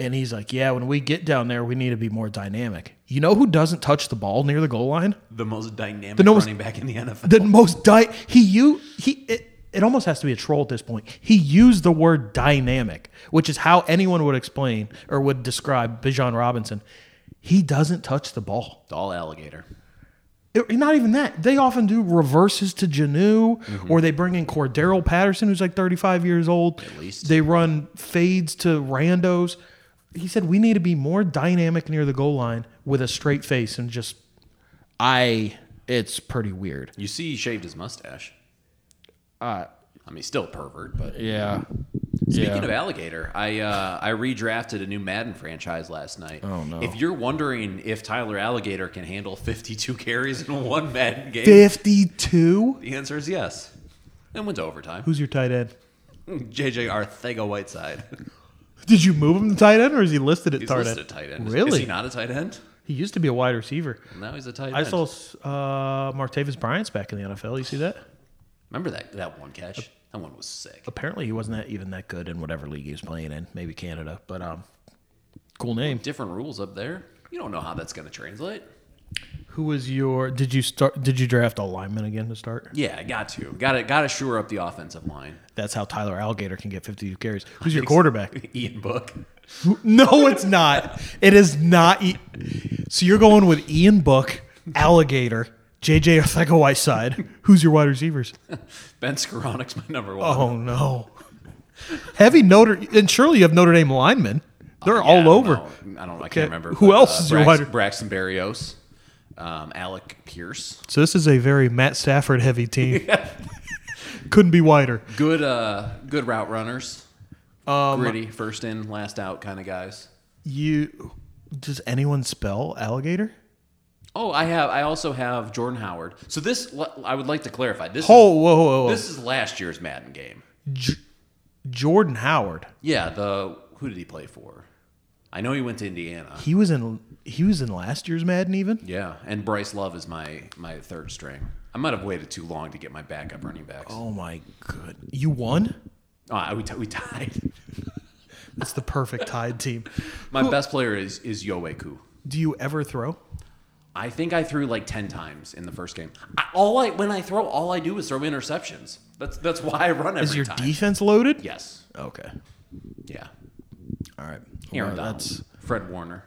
[SPEAKER 1] And he's like, Yeah, when we get down there, we need to be more dynamic. You know who doesn't touch the ball near the goal line?
[SPEAKER 2] The most dynamic
[SPEAKER 1] most-
[SPEAKER 2] running back in the NFL.
[SPEAKER 1] The most di- he you he it, it almost has to be a troll at this point. He used the word dynamic, which is how anyone would explain or would describe Bijan Robinson. He doesn't touch the ball.
[SPEAKER 2] All alligator.
[SPEAKER 1] It- not even that. They often do reverses to Janu, or they bring in Cordero Patterson, who's like 35 years old. At
[SPEAKER 2] least.
[SPEAKER 1] They run fades to randos. He said, We need to be more dynamic near the goal line with a straight face and just, I, it's pretty weird. Uh,
[SPEAKER 2] You see, he shaved his mustache. I mean, still a pervert, but
[SPEAKER 1] Yeah.
[SPEAKER 2] Speaking of alligator, I uh, I redrafted a new Madden franchise last night. Oh
[SPEAKER 1] no.
[SPEAKER 2] If you're wondering if Tyler Alligator can handle 52 carries in one Madden game,
[SPEAKER 1] 52?
[SPEAKER 2] the answer is yes. And went to overtime.
[SPEAKER 1] Who's your tight end? Hmm.
[SPEAKER 2] JJ Arthega Whiteside.
[SPEAKER 1] Did you move him to tight end or is he listed at
[SPEAKER 2] He's
[SPEAKER 1] tight
[SPEAKER 2] listed
[SPEAKER 1] end?
[SPEAKER 2] a tight end. Is-
[SPEAKER 1] Really?
[SPEAKER 2] Is he not a tight end?
[SPEAKER 1] He used to be a wide receiver.
[SPEAKER 2] Now he's a tight end.
[SPEAKER 1] I saw uh, Martavis Bryant's back in the NFL. You see that?
[SPEAKER 2] Remember that that one catch? That one was sick.
[SPEAKER 1] apparently he wasn't that, even that good in whatever league he was playing in, maybe Canada. But um, cool name.
[SPEAKER 2] Different rules up there. You don't know how that's going to translate.
[SPEAKER 1] Who was your? Did you start? Did you draft a lineman again to start?
[SPEAKER 2] Yeah, got to. Got to got to shore up the offensive line.
[SPEAKER 1] That's how Tyler Alligator can get 52 carries. Who's your quarterback?
[SPEAKER 2] Ian Book.
[SPEAKER 1] no, it's not. It is not. E- so you're going with Ian Book, Alligator, JJ Ortega Whiteside. Who's your wide receivers?
[SPEAKER 2] Ben Skoranek's my number one.
[SPEAKER 1] Oh no, heavy Notre. And surely you have Notre Dame linemen. They're
[SPEAKER 2] Oh, Yeah, I
[SPEAKER 1] all
[SPEAKER 2] don't
[SPEAKER 1] over.
[SPEAKER 2] know. I don't. I
[SPEAKER 1] Okay.
[SPEAKER 2] can't remember.
[SPEAKER 1] Who else is your
[SPEAKER 2] Braxton,
[SPEAKER 1] wider-
[SPEAKER 2] Braxton Berrios, um, Alec Pierce.
[SPEAKER 1] So this is a very Matt Stafford heavy team. Couldn't be wider.
[SPEAKER 2] Good. Uh, good route runners.
[SPEAKER 1] Um,
[SPEAKER 2] Gritty, first in, last out kind of guys.
[SPEAKER 1] You does anyone spell alligator?
[SPEAKER 2] Oh, I have. I also have Jordan Howard. So this, I would like to clarify. This.
[SPEAKER 1] Oh, whoa, whoa, whoa!
[SPEAKER 2] Is, this is last year's Madden game.
[SPEAKER 1] J- Jordan Howard.
[SPEAKER 2] Yeah. The who did he play for? I know he went to Indiana.
[SPEAKER 1] He was in. He was in last year's Madden. Even
[SPEAKER 2] Yeah, and Bryce Love is my my third string. I might have waited too long to get my backup running backs. Oh,
[SPEAKER 1] oh my good. You won.
[SPEAKER 2] I- we, t- we tied.
[SPEAKER 1] That's the perfect tied team.
[SPEAKER 2] My best player is is Yoeku.
[SPEAKER 1] Do you ever throw?
[SPEAKER 2] I think I threw like ten times in the first game. I, all I when I throw, all I do is throw interceptions. That's that's why I run every
[SPEAKER 1] Is your
[SPEAKER 2] time.
[SPEAKER 1] defense loaded?
[SPEAKER 2] yes.
[SPEAKER 1] Okay.
[SPEAKER 2] Yeah.
[SPEAKER 1] All right.
[SPEAKER 2] Aaron
[SPEAKER 1] Well,
[SPEAKER 2] Donald.
[SPEAKER 1] that's
[SPEAKER 2] Fred Warner.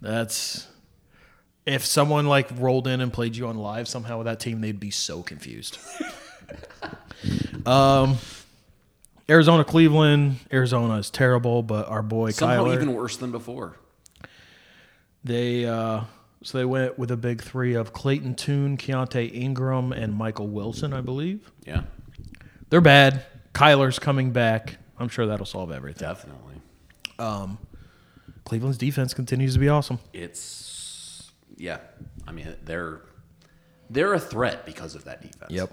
[SPEAKER 1] that's. If someone like rolled in and played you on live somehow with that team, they'd be so confused. um, Arizona, Cleveland. Arizona is terrible, but our boy
[SPEAKER 2] Somehow
[SPEAKER 1] Kyler.
[SPEAKER 2] even worse than before.
[SPEAKER 1] They uh, so they went with a big three of Clayton Toon, Keontae Ingram, and Michael Wilson, I believe.
[SPEAKER 2] Yeah.
[SPEAKER 1] They're bad. Kyler's coming back. I'm sure that'll solve everything.
[SPEAKER 2] Definitely.
[SPEAKER 1] Cleveland's defense continues to be awesome.
[SPEAKER 2] It's yeah. I mean they're they're a threat because of that defense.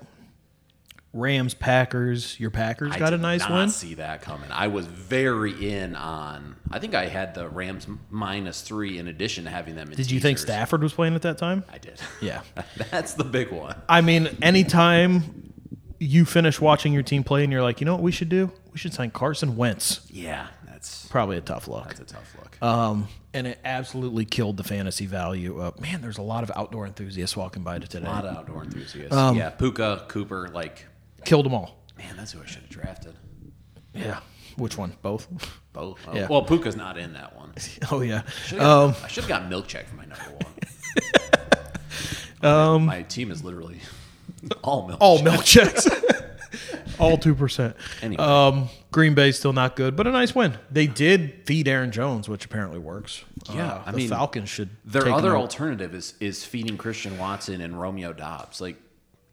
[SPEAKER 1] Rams, Packers. Your Packers
[SPEAKER 2] I
[SPEAKER 1] got a
[SPEAKER 2] did
[SPEAKER 1] nice
[SPEAKER 2] not
[SPEAKER 1] win.
[SPEAKER 2] See that coming. I was very in on. I think I had the Rams minus three in addition to having them. In
[SPEAKER 1] Did you think
[SPEAKER 2] teasers.
[SPEAKER 1] Stafford was playing at that time?
[SPEAKER 2] I did.
[SPEAKER 1] Yeah.
[SPEAKER 2] That's the big one.
[SPEAKER 1] I mean, anytime you finish watching your team play and you're like, you know what we should do? We should sign Carson Wentz.
[SPEAKER 2] Yeah, that's
[SPEAKER 1] Probably a tough look.
[SPEAKER 2] that's a tough look.
[SPEAKER 1] Um, and it absolutely killed the fantasy value. Of, man, there's a lot of outdoor enthusiasts walking by today.
[SPEAKER 2] a lot of outdoor enthusiasts.
[SPEAKER 1] um,
[SPEAKER 2] yeah, Puka Cooper. Like,
[SPEAKER 1] Killed them all.
[SPEAKER 2] man, that's who I should have drafted.
[SPEAKER 1] Yeah. Which one? Both?
[SPEAKER 2] Both. Oh,
[SPEAKER 1] Yeah.
[SPEAKER 2] Well, Puka's not in that one.
[SPEAKER 1] oh, yeah.
[SPEAKER 2] Should've
[SPEAKER 1] Um,
[SPEAKER 2] got- I should have got milk check for my number one. um, my team is literally all milk.
[SPEAKER 1] all milk checks. all 2%.
[SPEAKER 2] Anyway.
[SPEAKER 1] Um, Green Bay's still not good, but a nice win. They did feed Aaron Jones, which apparently works.
[SPEAKER 2] Yeah,
[SPEAKER 1] Uh,
[SPEAKER 2] I
[SPEAKER 1] the
[SPEAKER 2] mean,
[SPEAKER 1] Falcons should.
[SPEAKER 2] Their
[SPEAKER 1] take
[SPEAKER 2] other
[SPEAKER 1] note.
[SPEAKER 2] alternative is is feeding Christian Watson and Romeo Dobbs. Like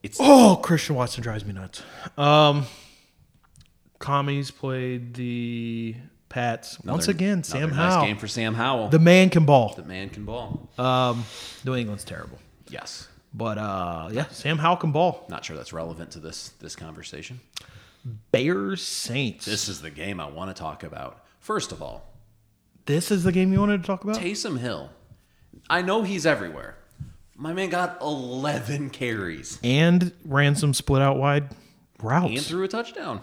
[SPEAKER 2] it's
[SPEAKER 1] Oh, Christian Watson drives me nuts. Um, commies played the Pats once
[SPEAKER 2] another-
[SPEAKER 1] again.
[SPEAKER 2] another
[SPEAKER 1] Sam
[SPEAKER 2] nice
[SPEAKER 1] Howell,
[SPEAKER 2] game for Sam Howell.
[SPEAKER 1] the
[SPEAKER 2] The,
[SPEAKER 1] man can ball.
[SPEAKER 2] man can ball.
[SPEAKER 1] Um, New England's terrible,
[SPEAKER 2] yes.
[SPEAKER 1] but uh, yeah, Sam Howell can ball.
[SPEAKER 2] Not sure that's relevant to this this conversation.
[SPEAKER 1] Bears Saints. This,
[SPEAKER 2] This is the game I want to talk about. First of all,
[SPEAKER 1] is the game you wanted to talk about.
[SPEAKER 2] Taysom Hill. I know he's everywhere. My man got 11 carries
[SPEAKER 1] and ran some split out wide routes
[SPEAKER 2] and threw a touchdown.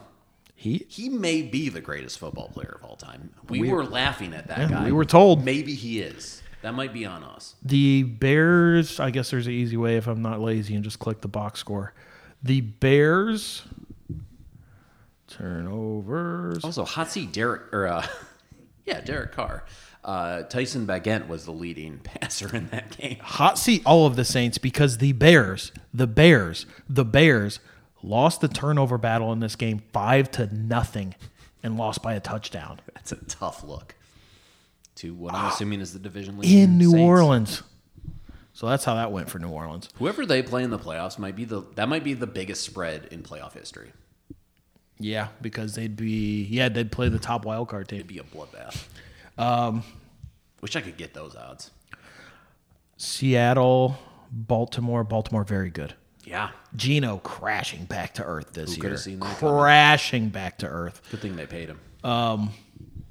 [SPEAKER 1] He
[SPEAKER 2] He may be the greatest football player of all time. We, were laughing at that
[SPEAKER 1] Yeah,
[SPEAKER 2] guy.
[SPEAKER 1] we were told.
[SPEAKER 2] Maybe he is. That might be on us.
[SPEAKER 1] the Bears. I guess there's an easy way if I'm not lazy and just click the box score. The Bears turnovers.
[SPEAKER 2] Also, hot seat Derek or uh, yeah, Derek Carr. Uh, Tyson Bagent was the leading passer in that game.
[SPEAKER 1] hot seat all of the Saints because the Bears, the Bears, the Bears lost the turnover battle in this game five to nothing and lost by a touchdown
[SPEAKER 2] That's a tough look. To what I'm assuming is the division lead
[SPEAKER 1] Ah. in New
[SPEAKER 2] Saints.
[SPEAKER 1] Orleans. So that's how that went for New Orleans.
[SPEAKER 2] Whoever they play in the playoffs might be the that might be the biggest spread in playoff history.
[SPEAKER 1] Yeah, because they'd be yeah they'd play the top wild card team.
[SPEAKER 2] It'd be a bloodbath. Um, Wish I could get those odds.
[SPEAKER 1] Seattle, Baltimore, Baltimore very good.
[SPEAKER 2] Yeah,
[SPEAKER 1] Gino crashing back to earth this
[SPEAKER 2] coulda
[SPEAKER 1] year.
[SPEAKER 2] seen that coming?
[SPEAKER 1] crashing back to earth.
[SPEAKER 2] good thing they paid him.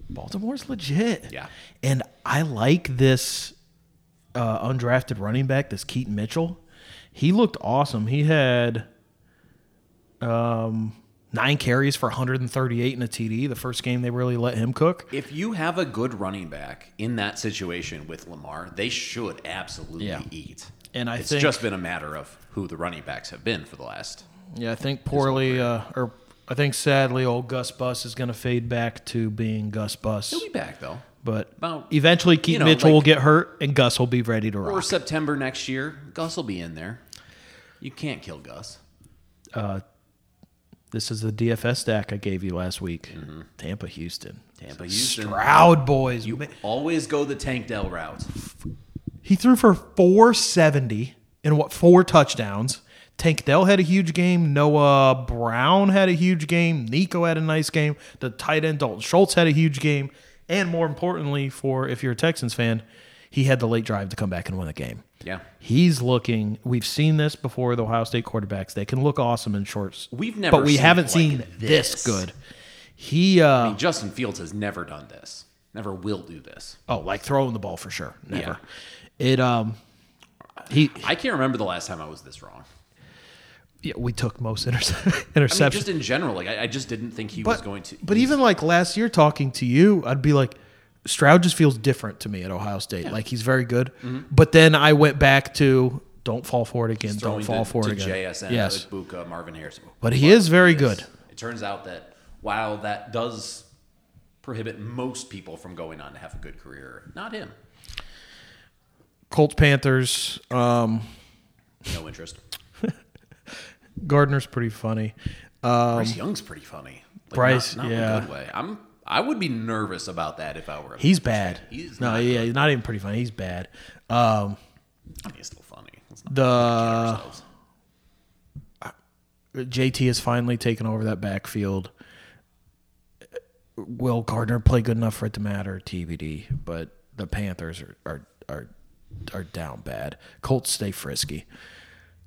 [SPEAKER 1] Baltimore's legit.
[SPEAKER 2] Yeah.
[SPEAKER 1] And I like this uh, undrafted running back, this Keaton Mitchell. He looked awesome. He had um, nine carries for 138 and a TD, the first game they really let him cook.
[SPEAKER 2] If you have a good running back in that situation with Lamar, they should absolutely
[SPEAKER 1] Yeah.
[SPEAKER 2] eat.
[SPEAKER 1] And I
[SPEAKER 2] it's
[SPEAKER 1] think-
[SPEAKER 2] just been a matter of who the running backs have been for the last.
[SPEAKER 1] Yeah, I think poorly, uh, or I think sadly, old Gus Bus is going to fade back to being Gus Bus.
[SPEAKER 2] He'll be back though.
[SPEAKER 1] But
[SPEAKER 2] about-
[SPEAKER 1] eventually, Keaton
[SPEAKER 2] know,
[SPEAKER 1] Mitchell
[SPEAKER 2] like-
[SPEAKER 1] will get hurt and Gus will be ready to
[SPEAKER 2] Or
[SPEAKER 1] rock.
[SPEAKER 2] September next year, Gus will be in there. You can't kill Gus.
[SPEAKER 1] This is the DFS stack I gave you last week Tampa, Houston.
[SPEAKER 2] Tampa Houston.
[SPEAKER 1] Stroud boys. Ma-
[SPEAKER 2] Always go the Tank Dell route.
[SPEAKER 1] He threw for 470 and what four touchdowns. Tank Dell had a huge game. Noah Brown had a huge game. Nico had a nice game. The tight end Dalton Schultz had a huge game. And more importantly, for if you're a Texans fan, he had the late drive to come back and win the game.
[SPEAKER 2] Yeah.
[SPEAKER 1] He's looking. We've seen this before. The Ohio State quarterbacks they can look awesome in shorts.
[SPEAKER 2] We've never
[SPEAKER 1] but we
[SPEAKER 2] seen
[SPEAKER 1] haven't
[SPEAKER 2] it
[SPEAKER 1] seen
[SPEAKER 2] like
[SPEAKER 1] this.
[SPEAKER 2] this.
[SPEAKER 1] good. He uh,
[SPEAKER 2] I mean, Um, Justin Fields has never done this. Never will do this.
[SPEAKER 1] oh, like throwing the ball for sure. Never. It um, he
[SPEAKER 2] I can't remember the last time I was this wrong.
[SPEAKER 1] yeah, we took most interce-
[SPEAKER 2] I mean,
[SPEAKER 1] interceptions.
[SPEAKER 2] just in general, like I, I just didn't think he was going to.
[SPEAKER 1] But even like last year, talking to you, I'd be like, Stroud just feels different to me at Ohio State. Like he's very good.
[SPEAKER 2] Mm-hmm.
[SPEAKER 1] But then I went back to don't fall for it again. Don't
[SPEAKER 2] throwing
[SPEAKER 1] fall
[SPEAKER 2] to,
[SPEAKER 1] for
[SPEAKER 2] to
[SPEAKER 1] it again.
[SPEAKER 2] JSN,
[SPEAKER 1] yes,
[SPEAKER 2] Ibuka, Marvin Harrison.
[SPEAKER 1] but he is very good.
[SPEAKER 2] It turns out that while that does prohibit most people from going on to have a good career, not him.
[SPEAKER 1] Colts Panthers. Um,
[SPEAKER 2] No interest.
[SPEAKER 1] Gardner's pretty funny.
[SPEAKER 2] Bryce Young's pretty funny. Like,
[SPEAKER 1] Um, Bryce,
[SPEAKER 2] not, not in
[SPEAKER 1] yeah.
[SPEAKER 2] a good way. I'm. I would be nervous about that if I were. him.
[SPEAKER 1] He's bad.
[SPEAKER 2] He's
[SPEAKER 1] no,
[SPEAKER 2] not
[SPEAKER 1] yeah, he's not even pretty funny. He's bad. Um,
[SPEAKER 2] I mean, he's still funny. Let's not kid
[SPEAKER 1] the
[SPEAKER 2] ourselves.
[SPEAKER 1] JT has finally taken over that backfield. Will Gardner play good enough for it to matter? TBD. But the Panthers are are are, are down bad. Colts stay frisky.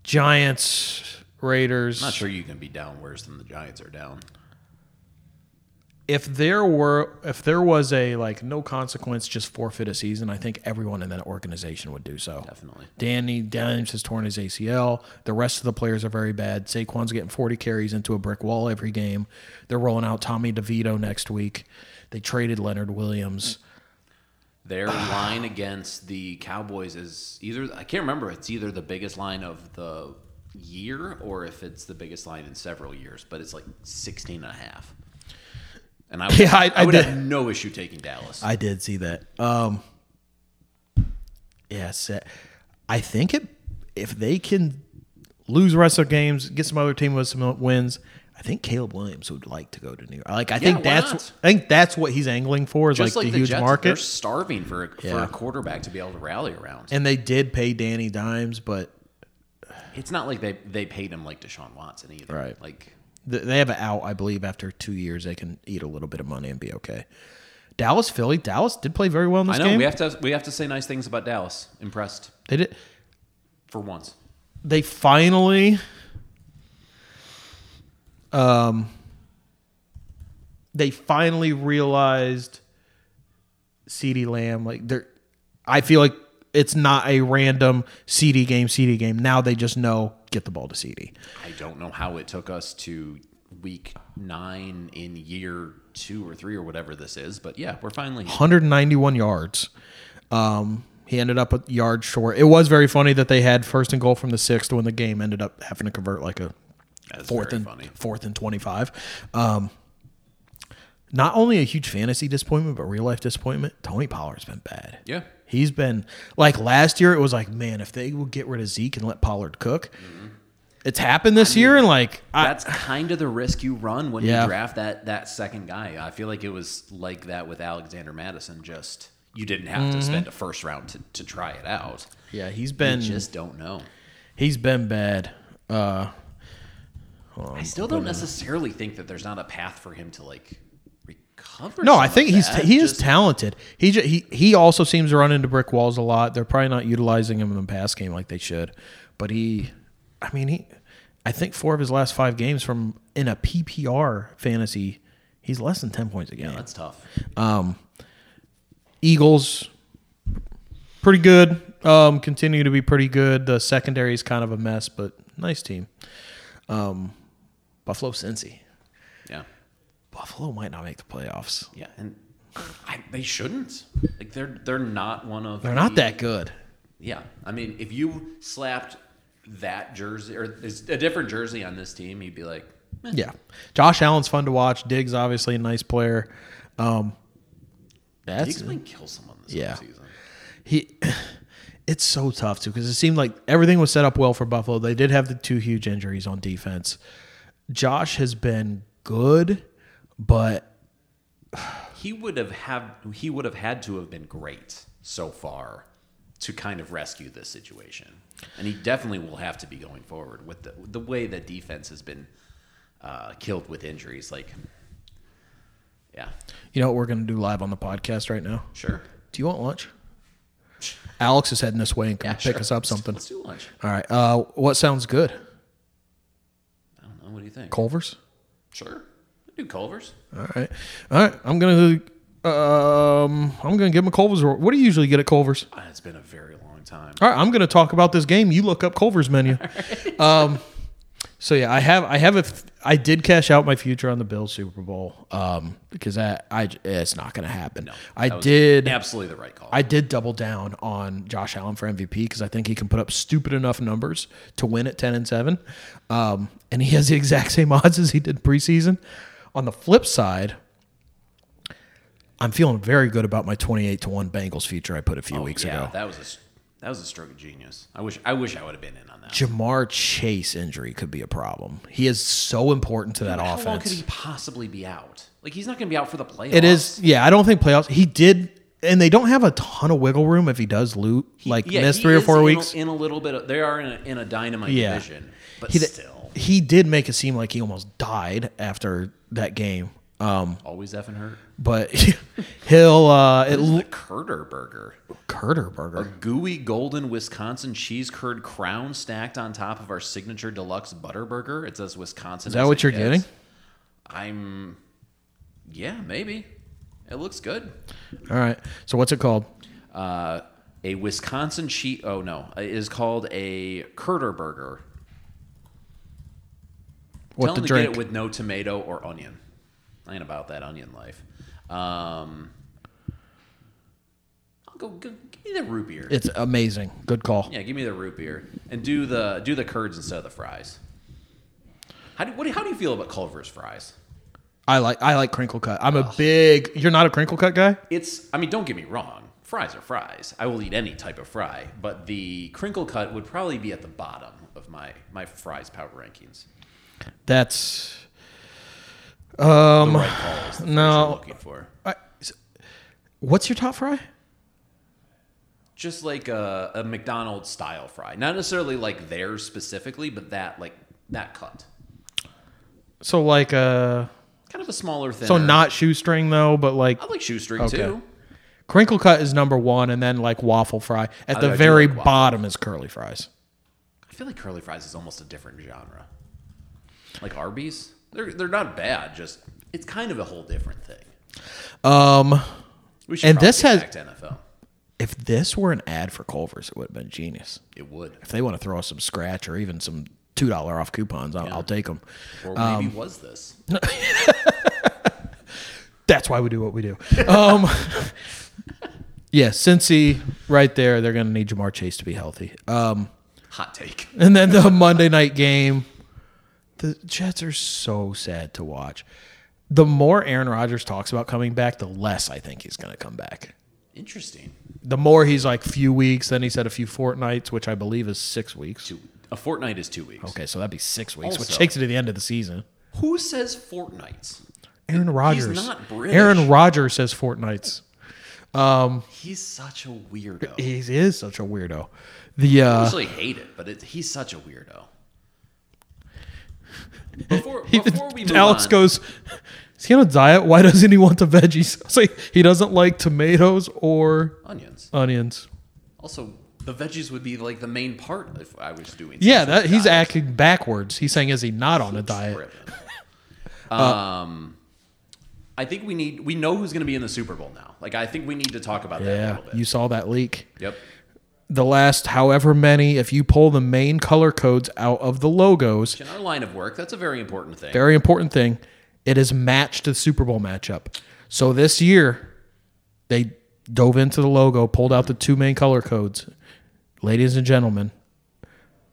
[SPEAKER 1] Giants, Raiders.
[SPEAKER 2] not sure you can be down worse than the Giants are down.
[SPEAKER 1] If there were if there was a like no consequence, just forfeit a season, I think everyone in that organization would do so.
[SPEAKER 2] Definitely.
[SPEAKER 1] Danny Dimes has torn his ACL. The rest of the players are very bad. Saquon's getting 40 carries into a brick wall every game. They're rolling out Tommy DeVito next week. They traded Leonard Williams.
[SPEAKER 2] Their line against the Cowboys is either I can't remember. It's either the biggest line of the year or if it's the biggest line in several years, but it's like 16 and a half. And I would,
[SPEAKER 1] Yeah, I-
[SPEAKER 2] I,
[SPEAKER 1] I
[SPEAKER 2] would
[SPEAKER 1] did-
[SPEAKER 2] have no issue taking Dallas.
[SPEAKER 1] I did see that. Um, yeah, sa- I think it, if they can lose the rest of their games, get some other team with some wins, I think Caleb Williams would like to go to New York. Like I think
[SPEAKER 2] why
[SPEAKER 1] that's
[SPEAKER 2] not?
[SPEAKER 1] I think that's what he's angling for is
[SPEAKER 2] Just
[SPEAKER 1] like,
[SPEAKER 2] like,
[SPEAKER 1] the,
[SPEAKER 2] the,
[SPEAKER 1] huge
[SPEAKER 2] Jets,
[SPEAKER 1] market.
[SPEAKER 2] they're starving for a, for
[SPEAKER 1] Yeah.
[SPEAKER 2] a quarterback to be able to rally around.
[SPEAKER 1] and they did pay Danny Dimes, but
[SPEAKER 2] It's not like they, they paid him like Deshaun Watson either.
[SPEAKER 1] Right.
[SPEAKER 2] Like
[SPEAKER 1] Th- They have an out, I believe, after two years. They can eat a little bit of money and be okay. Dallas, Philly, Dallas did play very well in this
[SPEAKER 2] I know
[SPEAKER 1] game.
[SPEAKER 2] we have to we have to say nice things about Dallas. Impressed
[SPEAKER 1] they did.
[SPEAKER 2] for once.
[SPEAKER 1] They finally, um, they finally realized Ceedee Lamb. Like they're, I feel like it's not a random CD game, CD game. Now they just know get the ball to CD.
[SPEAKER 2] I don't know how it took us to week nine in year two or three or whatever this is. But yeah, we're finally
[SPEAKER 1] 191 yards. Um, he ended up a yard short. It was very funny that they had first and goal from the sixth when the game ended up having to convert like a
[SPEAKER 2] That's
[SPEAKER 1] fourth
[SPEAKER 2] very
[SPEAKER 1] and
[SPEAKER 2] funny.
[SPEAKER 1] fourth and 25. Um, not only a huge fantasy disappointment, but real life disappointment. Tony Pollard's been bad.
[SPEAKER 2] Yeah.
[SPEAKER 1] He's been like last year. It was like, man, if they would get rid of Zeke and let Pollard cook, it's happened this year. And like, I,
[SPEAKER 2] That's kind of the risk you run when
[SPEAKER 1] Yeah.
[SPEAKER 2] you draft that that second guy. I feel like it was like that with Alexander Madison. Just you didn't have
[SPEAKER 1] Mm-hmm.
[SPEAKER 2] to spend a first round to, to try it out.
[SPEAKER 1] yeah, he's
[SPEAKER 2] You
[SPEAKER 1] been
[SPEAKER 2] just don't know.
[SPEAKER 1] he's been bad. Uh,
[SPEAKER 2] I still
[SPEAKER 1] Um,
[SPEAKER 2] don't necessarily think that there's not a path for him to like recover.
[SPEAKER 1] No,
[SPEAKER 2] some
[SPEAKER 1] I
[SPEAKER 2] of
[SPEAKER 1] think he's
[SPEAKER 2] that.
[SPEAKER 1] he is
[SPEAKER 2] Just-
[SPEAKER 1] talented. He, ju- he he also seems to run into brick walls a lot. They're probably not utilizing him in the pass game like they should. But he, I mean he, I think four of his last five games from in a PPR fantasy, he's less than ten points a game.
[SPEAKER 2] that's tough.
[SPEAKER 1] Eagles, pretty good. Um, continue to be pretty good. The secondary is kind of a mess, but nice team. Um, Buffalo, Cincy.
[SPEAKER 2] Yeah,
[SPEAKER 1] Buffalo might not make the playoffs.
[SPEAKER 2] yeah, and I, they shouldn't. Like they're they're not one of
[SPEAKER 1] They're not
[SPEAKER 2] the-
[SPEAKER 1] that good.
[SPEAKER 2] Yeah, I mean, if you slapped that jersey or is a different jersey on this team, you'd be like, eh.
[SPEAKER 1] Yeah. Josh Allen's fun to watch. Diggs, obviously, a nice player. Um, that's
[SPEAKER 2] Diggs might kill someone this
[SPEAKER 1] Yeah.
[SPEAKER 2] season.
[SPEAKER 1] he. It's so tough too because it seemed like everything was set up well for Buffalo. They did have the two huge injuries on defense. Josh has been good, but
[SPEAKER 2] He would have have he would have had to have been great so far to kind of rescue this situation, and he definitely will have to be going forward with the the way that defense has been uh, killed with injuries. Like, yeah,
[SPEAKER 1] you know what we're gonna do live on the podcast right now?
[SPEAKER 2] sure,
[SPEAKER 1] Do you want lunch? Alex is heading this way and can
[SPEAKER 2] yeah,
[SPEAKER 1] pick
[SPEAKER 2] sure.
[SPEAKER 1] us up something.
[SPEAKER 2] Let's do lunch.
[SPEAKER 1] All right. Uh, what sounds good?
[SPEAKER 2] I don't know. What do you think?
[SPEAKER 1] Culver's.
[SPEAKER 2] Sure, do Culver's.
[SPEAKER 1] All right. All right. I'm gonna um I'm gonna give him a Culver's. or- What do you usually get at Culver's?
[SPEAKER 2] Ah, It's been a very long time.
[SPEAKER 1] All right, I'm gonna talk about this game. You look up Culver's menu. Um so yeah, I have I have a f- I did cash out my future on the Bills Super Bowl. Um because that I j- it's not gonna happen. I
[SPEAKER 2] that was
[SPEAKER 1] did
[SPEAKER 2] Absolutely the right call.
[SPEAKER 1] I did double down on Josh Allen for MVP because I think he can put up stupid enough numbers to win at 10 and 7. Um, and he has the exact same odds as he did preseason. On the flip side, I'm feeling very good about my 28 to 1 Bengals feature I put a few weeks
[SPEAKER 2] Oh, yeah,
[SPEAKER 1] ago.
[SPEAKER 2] that was a s- that was a stroke of genius. I wish I wish I would have been in on that.
[SPEAKER 1] Jamar Chase injury could be a problem. He is so important to that
[SPEAKER 2] How
[SPEAKER 1] offense.
[SPEAKER 2] long could he possibly be out? Like he's not going to be out for the playoffs.
[SPEAKER 1] It is, yeah. I don't think playoffs. He did, and they don't have a ton of wiggle room if he does loot, like
[SPEAKER 2] Yeah,
[SPEAKER 1] miss
[SPEAKER 2] he
[SPEAKER 1] three or
[SPEAKER 2] is
[SPEAKER 1] four
[SPEAKER 2] in a-
[SPEAKER 1] weeks.
[SPEAKER 2] in a little bit. Of, they are in a, in a dynamite
[SPEAKER 1] Yeah.
[SPEAKER 2] division, but
[SPEAKER 1] he,
[SPEAKER 2] still
[SPEAKER 1] he did make it seem like he almost died after that game. Um,
[SPEAKER 2] always effing hurt.
[SPEAKER 1] but he'll uh, it
[SPEAKER 2] This is
[SPEAKER 1] l-
[SPEAKER 2] the Curder Burger,
[SPEAKER 1] Curter Burger.
[SPEAKER 2] gooey golden Wisconsin cheese curd crown stacked on top of our signature deluxe butter burger. It's as Wisconsin. Is
[SPEAKER 1] that what you're getting?
[SPEAKER 2] I'm, yeah, maybe. It looks good.
[SPEAKER 1] All right. So what's it called?
[SPEAKER 2] uh, a Wisconsin cheese. Oh no, it is called a Curter burger.
[SPEAKER 1] What
[SPEAKER 2] Tell
[SPEAKER 1] the
[SPEAKER 2] them to
[SPEAKER 1] drink?
[SPEAKER 2] get it with no tomato or onion. I ain't about that onion life. Um, I'll go, go. Give me the root beer.
[SPEAKER 1] it's amazing. Good call.
[SPEAKER 2] yeah, give me the root beer and do the do the curds instead of the fries. How do, what do how do you feel about Culver's fries?
[SPEAKER 1] I like I like crinkle cut. I'm a big. You're not a crinkle cut guy.
[SPEAKER 2] It's I mean, don't get me wrong. Fries are fries. I will eat any type of fry, but the crinkle cut would probably be at the bottom of my my fries power rankings.
[SPEAKER 1] That's
[SPEAKER 2] the right call is the
[SPEAKER 1] Um, no.
[SPEAKER 2] no. you're looking for.
[SPEAKER 1] I, what's your top fry?
[SPEAKER 2] Just like a, a McDonald's style fry, not necessarily like theirs specifically, but that like that cut,
[SPEAKER 1] So like uh,
[SPEAKER 2] kind of a smaller thing.
[SPEAKER 1] so not shoestring though, but like
[SPEAKER 2] I like shoestring
[SPEAKER 1] Okay.
[SPEAKER 2] too.
[SPEAKER 1] crinkle cut is number one, and then like waffle fry at
[SPEAKER 2] I-
[SPEAKER 1] the
[SPEAKER 2] I do
[SPEAKER 1] very
[SPEAKER 2] like waffle.
[SPEAKER 1] bottom is curly fries.
[SPEAKER 2] I feel like curly fries is almost a different genre. Like Arby's, they're they're not bad. Just it's kind of a whole different thing.
[SPEAKER 1] Um.
[SPEAKER 2] We should
[SPEAKER 1] And
[SPEAKER 2] probably
[SPEAKER 1] this
[SPEAKER 2] get
[SPEAKER 1] has-
[SPEAKER 2] back to NFL.
[SPEAKER 1] If this were an ad for Culver's, it would have been genius.
[SPEAKER 2] It would.
[SPEAKER 1] If they want to throw us some scratch or even some two dollar off coupons. I'll, I'll take them.
[SPEAKER 2] Or maybe
[SPEAKER 1] Um,
[SPEAKER 2] was this?
[SPEAKER 1] That's why we do what we do. Um, yeah, Cincy right there. They're gonna need Jamar Chase to be healthy. Um,
[SPEAKER 2] Hot take.
[SPEAKER 1] and then the Monday night game. The Jets are so sad to watch. The more Aaron Rodgers talks about coming back, the less I think he's gonna come back.
[SPEAKER 2] Interesting.
[SPEAKER 1] The more he's like few weeks, then he said a few fortnights, which I believe is six weeks.
[SPEAKER 2] Two, a fortnight is two weeks.
[SPEAKER 1] Okay, so that'd be six weeks, which
[SPEAKER 2] Also-
[SPEAKER 1] takes it to the end of the season.
[SPEAKER 2] Who says fortnights?
[SPEAKER 1] Aaron Rodgers.
[SPEAKER 2] not British.
[SPEAKER 1] Aaron Rodgers says fortnights.
[SPEAKER 2] He's such a weirdo.
[SPEAKER 1] He is such a weirdo. The
[SPEAKER 2] I
[SPEAKER 1] uh,
[SPEAKER 2] actually hate it, but it, he's such a weirdo. Before,
[SPEAKER 1] even
[SPEAKER 2] before we move
[SPEAKER 1] Alex
[SPEAKER 2] on,
[SPEAKER 1] goes. Is he on a diet? Why doesn't he want the veggies? It's like he doesn't like tomatoes or
[SPEAKER 2] onions.
[SPEAKER 1] onions.
[SPEAKER 2] Also, the veggies would be like the main part if I was doing. some
[SPEAKER 1] Yeah,
[SPEAKER 2] sort of
[SPEAKER 1] that he's
[SPEAKER 2] diet.
[SPEAKER 1] acting backwards. He's saying, "Is he not on a diet?"
[SPEAKER 2] Ripping. um, I think we need. We know who's going to be in the Super Bowl now. Like, I think we need to talk about that a
[SPEAKER 1] Yeah,
[SPEAKER 2] little bit.
[SPEAKER 1] you saw that leak.
[SPEAKER 2] yep.
[SPEAKER 1] The last, however many, if you pull the main color codes out of the logos,
[SPEAKER 2] In our line of work, that's a very important thing.
[SPEAKER 1] very important thing. It is matched to the Super Bowl matchup. So this year, they dove into the logo, pulled out the two main color codes. Ladies and gentlemen,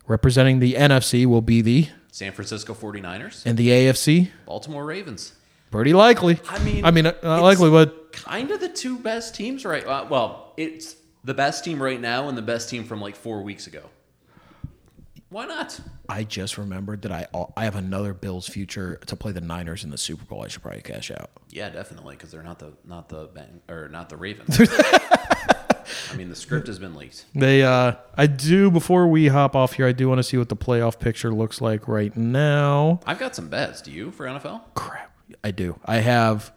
[SPEAKER 1] representing the NFC will be the
[SPEAKER 2] San Francisco 49ers,
[SPEAKER 1] and the AFC.
[SPEAKER 2] Baltimore Ravens.
[SPEAKER 1] Pretty likely.
[SPEAKER 2] I mean,
[SPEAKER 1] I mean, uh, not
[SPEAKER 2] it's-
[SPEAKER 1] likely, but
[SPEAKER 2] Kind of the two best teams right. Uh, well, it's the best team right now and the best team from like four weeks ago. Why not?
[SPEAKER 1] I just remembered that I I have another Bills future to play the Niners in the Super Bowl. I should probably cash out.
[SPEAKER 2] Yeah, definitely, because they're not the not the bang, or not the Ravens. I mean, the script has been leaked.
[SPEAKER 1] They, uh, I do. Before we hop off here, I do want to see what the playoff picture looks like right now.
[SPEAKER 2] I've got some bets. Do you for NFL?
[SPEAKER 1] crap. I do. I have.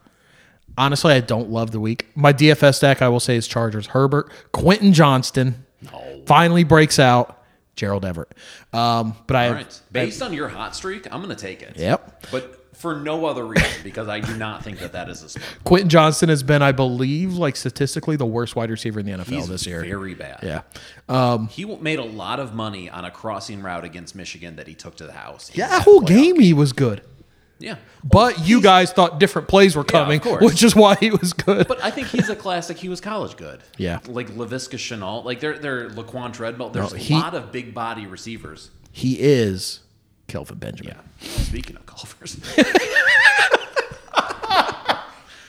[SPEAKER 1] Honestly, I don't love the week. My DFS stack, I will say, is Chargers. Herbert, Quentin Johnston,
[SPEAKER 2] No.
[SPEAKER 1] finally breaks out. Gerald Everett. Um, but I
[SPEAKER 2] All
[SPEAKER 1] have.
[SPEAKER 2] right. Based on your hot streak, I'm going to take it.
[SPEAKER 1] Yep.
[SPEAKER 2] But for no other reason, because I do not think that that is a smart.
[SPEAKER 1] Quentin Johnston has been, I believe, like statistically the worst wide receiver in the NFL
[SPEAKER 2] He's
[SPEAKER 1] this year.
[SPEAKER 2] very bad.
[SPEAKER 1] yeah.
[SPEAKER 2] He w- made a lot of money on a crossing route against Michigan that he took to the house.
[SPEAKER 1] Yeah, that whole game he was good.
[SPEAKER 2] Yeah.
[SPEAKER 1] But you guys thought different plays were coming,
[SPEAKER 2] course.
[SPEAKER 1] which is why he was good.
[SPEAKER 2] But I think he's a classic. He was college good.
[SPEAKER 1] Yeah.
[SPEAKER 2] Like LaVisca Chenault. Like they're, they're Laquan Treadwell. There's
[SPEAKER 1] he-
[SPEAKER 2] a lot of big body receivers.
[SPEAKER 1] he is Kelvin Benjamin.
[SPEAKER 2] Yeah. Speaking of golfers,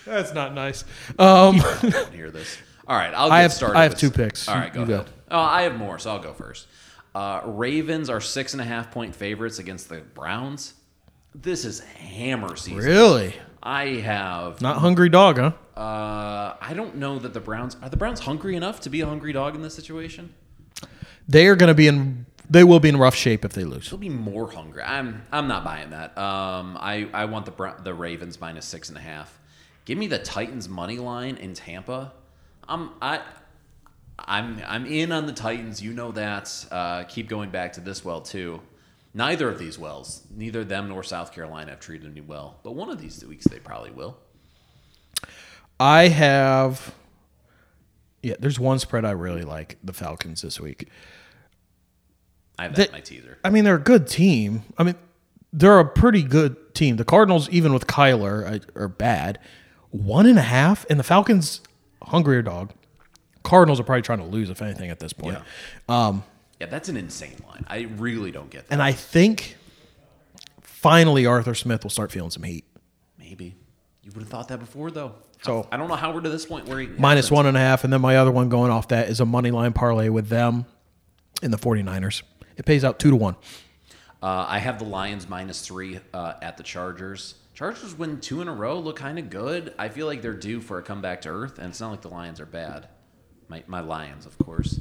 [SPEAKER 1] That's not nice.
[SPEAKER 2] don't hear this. All right, I'll get
[SPEAKER 1] have-
[SPEAKER 2] started.
[SPEAKER 1] I have
[SPEAKER 2] with-
[SPEAKER 1] two picks.
[SPEAKER 2] All right, go
[SPEAKER 1] You go.
[SPEAKER 2] ahead. Oh, I have more, so I'll go first. Uh, Ravens are six and a half point favorites against the Browns. This is hammer season.
[SPEAKER 1] Really?
[SPEAKER 2] I have.
[SPEAKER 1] Not hungry dog, huh?
[SPEAKER 2] Uh, I don't know that the Browns are the Browns hungry enough to be a hungry dog in this situation.
[SPEAKER 1] they are going to be in they will be in rough shape if they lose.
[SPEAKER 2] They'll be more hungry. I'm I'm not buying that. Um, I I want the Brown- the Ravens minus six and a half. Give me the Titans money line in Tampa. I'm I. I'm I'm in on the Titans. You know that. Uh, keep going back to this well too. Neither of these wells, neither them nor South Carolina, have treated me well. But one of these weeks they probably will.
[SPEAKER 1] I have yeah, there's one spread I really like, the Falcons this week.
[SPEAKER 2] I have that
[SPEAKER 1] They-
[SPEAKER 2] in my teaser.
[SPEAKER 1] I mean, they're a good team. I mean, they're a pretty good team. The Cardinals, even with Kyler, uh, are- are bad. One and a half, and the Falcons, hungrier dog. Cardinals are probably trying to lose, if anything, at this point. Um,
[SPEAKER 2] Yeah, that's an insane line. I really don't get that.
[SPEAKER 1] and I think finally Arthur Smith will start feeling some heat.
[SPEAKER 2] Maybe you would have thought that before though.
[SPEAKER 1] So-
[SPEAKER 2] I don't know how we're to this point where he
[SPEAKER 1] minus one and a half. And then my other one going off that is a money line parlay with them and the 49ers. It pays out two to one.
[SPEAKER 2] Uh, I have the Lions minus three uh, at the Chargers. Chargers win two in a row, look kind of good. I feel like they're due for a comeback to earth, and it's not like the Lions are bad. My, my Lions, of course.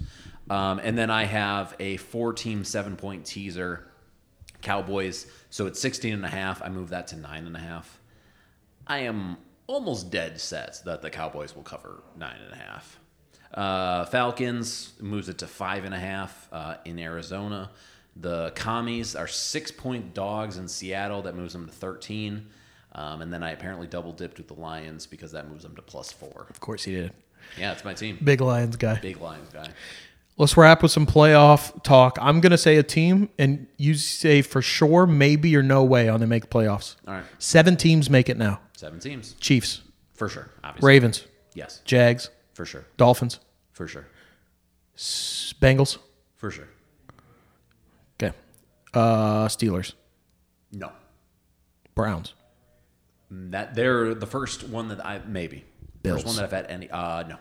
[SPEAKER 2] Um, and then I have a four team, seven point teaser Cowboys. So it's 16 and a half. I move that to nine and a half. I am almost dead set that the Cowboys will cover nine and a half. Uh, Falcons moves it to five and a half uh, in Arizona. The commies are six point dogs in Seattle. That moves them to 13. Um, and then I apparently double dipped with the Lions because that moves them to plus four.
[SPEAKER 1] Of course he did.
[SPEAKER 2] Yeah, it's my team.
[SPEAKER 1] Big Lions guy.
[SPEAKER 2] Big Lions guy.
[SPEAKER 1] Let's wrap with some playoff talk. I'm gonna say a team, and you say for sure, maybe or no way on they make the playoffs.
[SPEAKER 2] All right.
[SPEAKER 1] Seven teams make it now:
[SPEAKER 2] Seven teams.
[SPEAKER 1] Chiefs,
[SPEAKER 2] For sure. Obviously.
[SPEAKER 1] Ravens,
[SPEAKER 2] Yes.
[SPEAKER 1] Jags,
[SPEAKER 2] For sure.
[SPEAKER 1] Dolphins,
[SPEAKER 2] For sure.
[SPEAKER 1] Bengals.
[SPEAKER 2] For sure.
[SPEAKER 1] Okay. Uh, Steelers,
[SPEAKER 2] No.
[SPEAKER 1] Browns.
[SPEAKER 2] That they're the first one that I maybe.
[SPEAKER 1] Bills.
[SPEAKER 2] First one that I've had any uh no.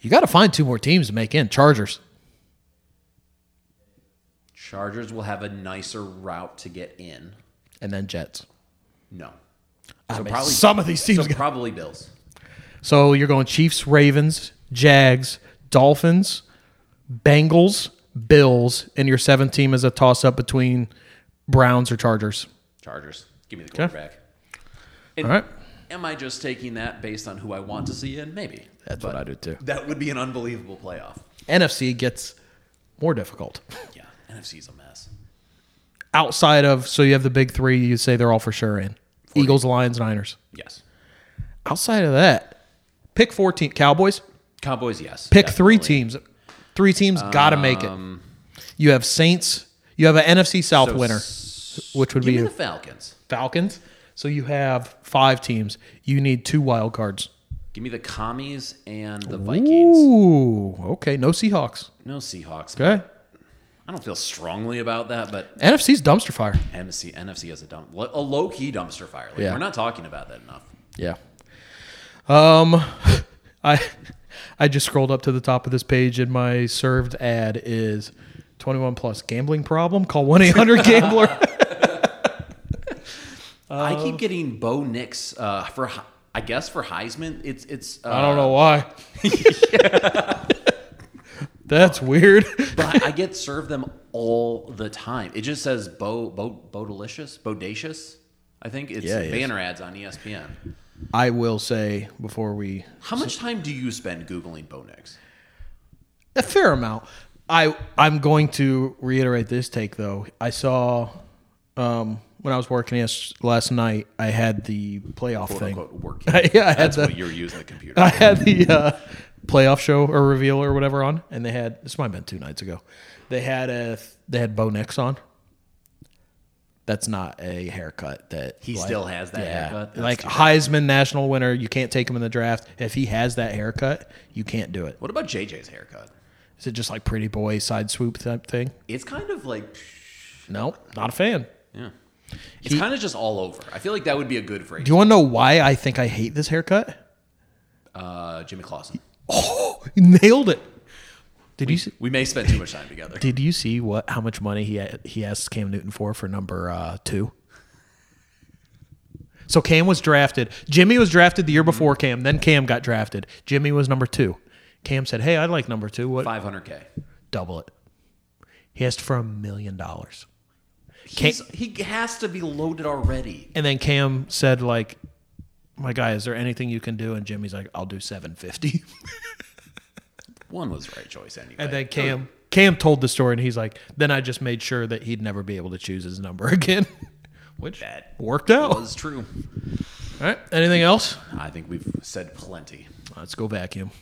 [SPEAKER 1] You got to find two more teams to make in. Chargers.
[SPEAKER 2] Chargers will have a nicer route to get in.
[SPEAKER 1] and then Jets.
[SPEAKER 2] No. So
[SPEAKER 1] mean, Ah, some of these teams
[SPEAKER 2] So
[SPEAKER 1] got-
[SPEAKER 2] probably Bills.
[SPEAKER 1] So you're going Chiefs, Ravens, Jags, Dolphins, Bengals, Bills, and your seventh team is a toss up between Browns or Chargers.
[SPEAKER 2] Chargers. Give me the quarterback. And
[SPEAKER 1] All right.
[SPEAKER 2] Am I just taking that based on who I want to see in? Maybe.
[SPEAKER 1] That's what I do too.
[SPEAKER 2] That would be an unbelievable playoff.
[SPEAKER 1] NFC gets more difficult.
[SPEAKER 2] Yeah. NFC's a mess.
[SPEAKER 1] Outside of, so you have the big three, you say they're all for sure in Eagles, Lions, Niners.
[SPEAKER 2] Yes.
[SPEAKER 1] Outside of that, pick four teams. Cowboys,
[SPEAKER 2] Cowboys, yes.
[SPEAKER 1] pick three
[SPEAKER 2] definitely.
[SPEAKER 1] teams. Three teams got to make it. You have Saints, you have an NFC South
[SPEAKER 2] So
[SPEAKER 1] winner,
[SPEAKER 2] s-
[SPEAKER 1] which would be
[SPEAKER 2] Give me
[SPEAKER 1] you.
[SPEAKER 2] the Falcons.
[SPEAKER 1] Falcons. So you have five teams. You need two wild cards.
[SPEAKER 2] Give me the commies and the Vikings.
[SPEAKER 1] Ooh, okay. No Seahawks.
[SPEAKER 2] No Seahawks.
[SPEAKER 1] Okay.
[SPEAKER 2] I don't feel strongly about that, but
[SPEAKER 1] NFC's dumpster fire.
[SPEAKER 2] NFC, NFC has a dump, a low key dumpster fire. Like,
[SPEAKER 1] Yeah.
[SPEAKER 2] We're not talking about that enough.
[SPEAKER 1] Yeah. Um, I I just scrolled up to the top of this page and my served ad is 21 plus gambling problem. Call 1 800 gambler.
[SPEAKER 2] I
[SPEAKER 1] Um,
[SPEAKER 2] keep getting Bo Nix uh, for, Hei- I guess for Heisman. It's it's. Uh,
[SPEAKER 1] I don't know why. That's weird.
[SPEAKER 2] but I get served them all the time. It just says Bo Bo Bo Delicious, Bodacious. I think it's
[SPEAKER 1] Yeah, it is.
[SPEAKER 2] banner ads on E ESPN.
[SPEAKER 1] I will say before we
[SPEAKER 2] How much time do you spend googling Bo Nix?
[SPEAKER 1] a fair amount. I I'm going to reiterate this take though. I saw um, when I was working yes, last night. I had the playoff
[SPEAKER 2] Quote
[SPEAKER 1] thing.
[SPEAKER 2] unquote work.
[SPEAKER 1] yeah, I had
[SPEAKER 2] That's
[SPEAKER 1] the
[SPEAKER 2] what you're using the computer.
[SPEAKER 1] I had the uh, playoff show or reveal or whatever on, and they had this might have been two nights ago. They had a they had Bo Nix on. That's not a haircut that
[SPEAKER 2] He still has that haircut? That's
[SPEAKER 1] like
[SPEAKER 2] too
[SPEAKER 1] Heisman national winner, you can't take him in the draft. If he has that haircut, you can't do it.
[SPEAKER 2] What about JJ's haircut?
[SPEAKER 1] Is it just like pretty boy side swoop type thing?
[SPEAKER 2] It's kind of like,
[SPEAKER 1] No, not a fan.
[SPEAKER 2] yeah. It's kind of just all over. I feel like that would be a good phrase.
[SPEAKER 1] Do you want to know why I think I hate this haircut?
[SPEAKER 2] Uh, Jimmy Clausen.
[SPEAKER 1] Nailed it. Did you see,
[SPEAKER 2] We may spend too much time together.
[SPEAKER 1] did you see what how much money he he asked Cam Newton for for number uh, two? So Cam was drafted. Jimmy was drafted the year before Cam. Then Cam got drafted. Jimmy was number two. Cam said, "Hey, I like number two. What?
[SPEAKER 2] 500K.
[SPEAKER 1] Double it." He asked for a million dollars.
[SPEAKER 2] He's, he has to be loaded already.
[SPEAKER 1] And then Cam said, like, my guy, is there anything you can do? And Jimmy's like, I'll do 750.
[SPEAKER 2] One was the right choice anyway.
[SPEAKER 1] And then Cam Cam told the story and he's like, then I just made sure that he'd never be able to choose his number again. Which
[SPEAKER 2] That
[SPEAKER 1] worked out. All
[SPEAKER 2] was true.
[SPEAKER 1] right. Anything else?
[SPEAKER 2] I think we've said plenty.
[SPEAKER 1] Let's go vacuum.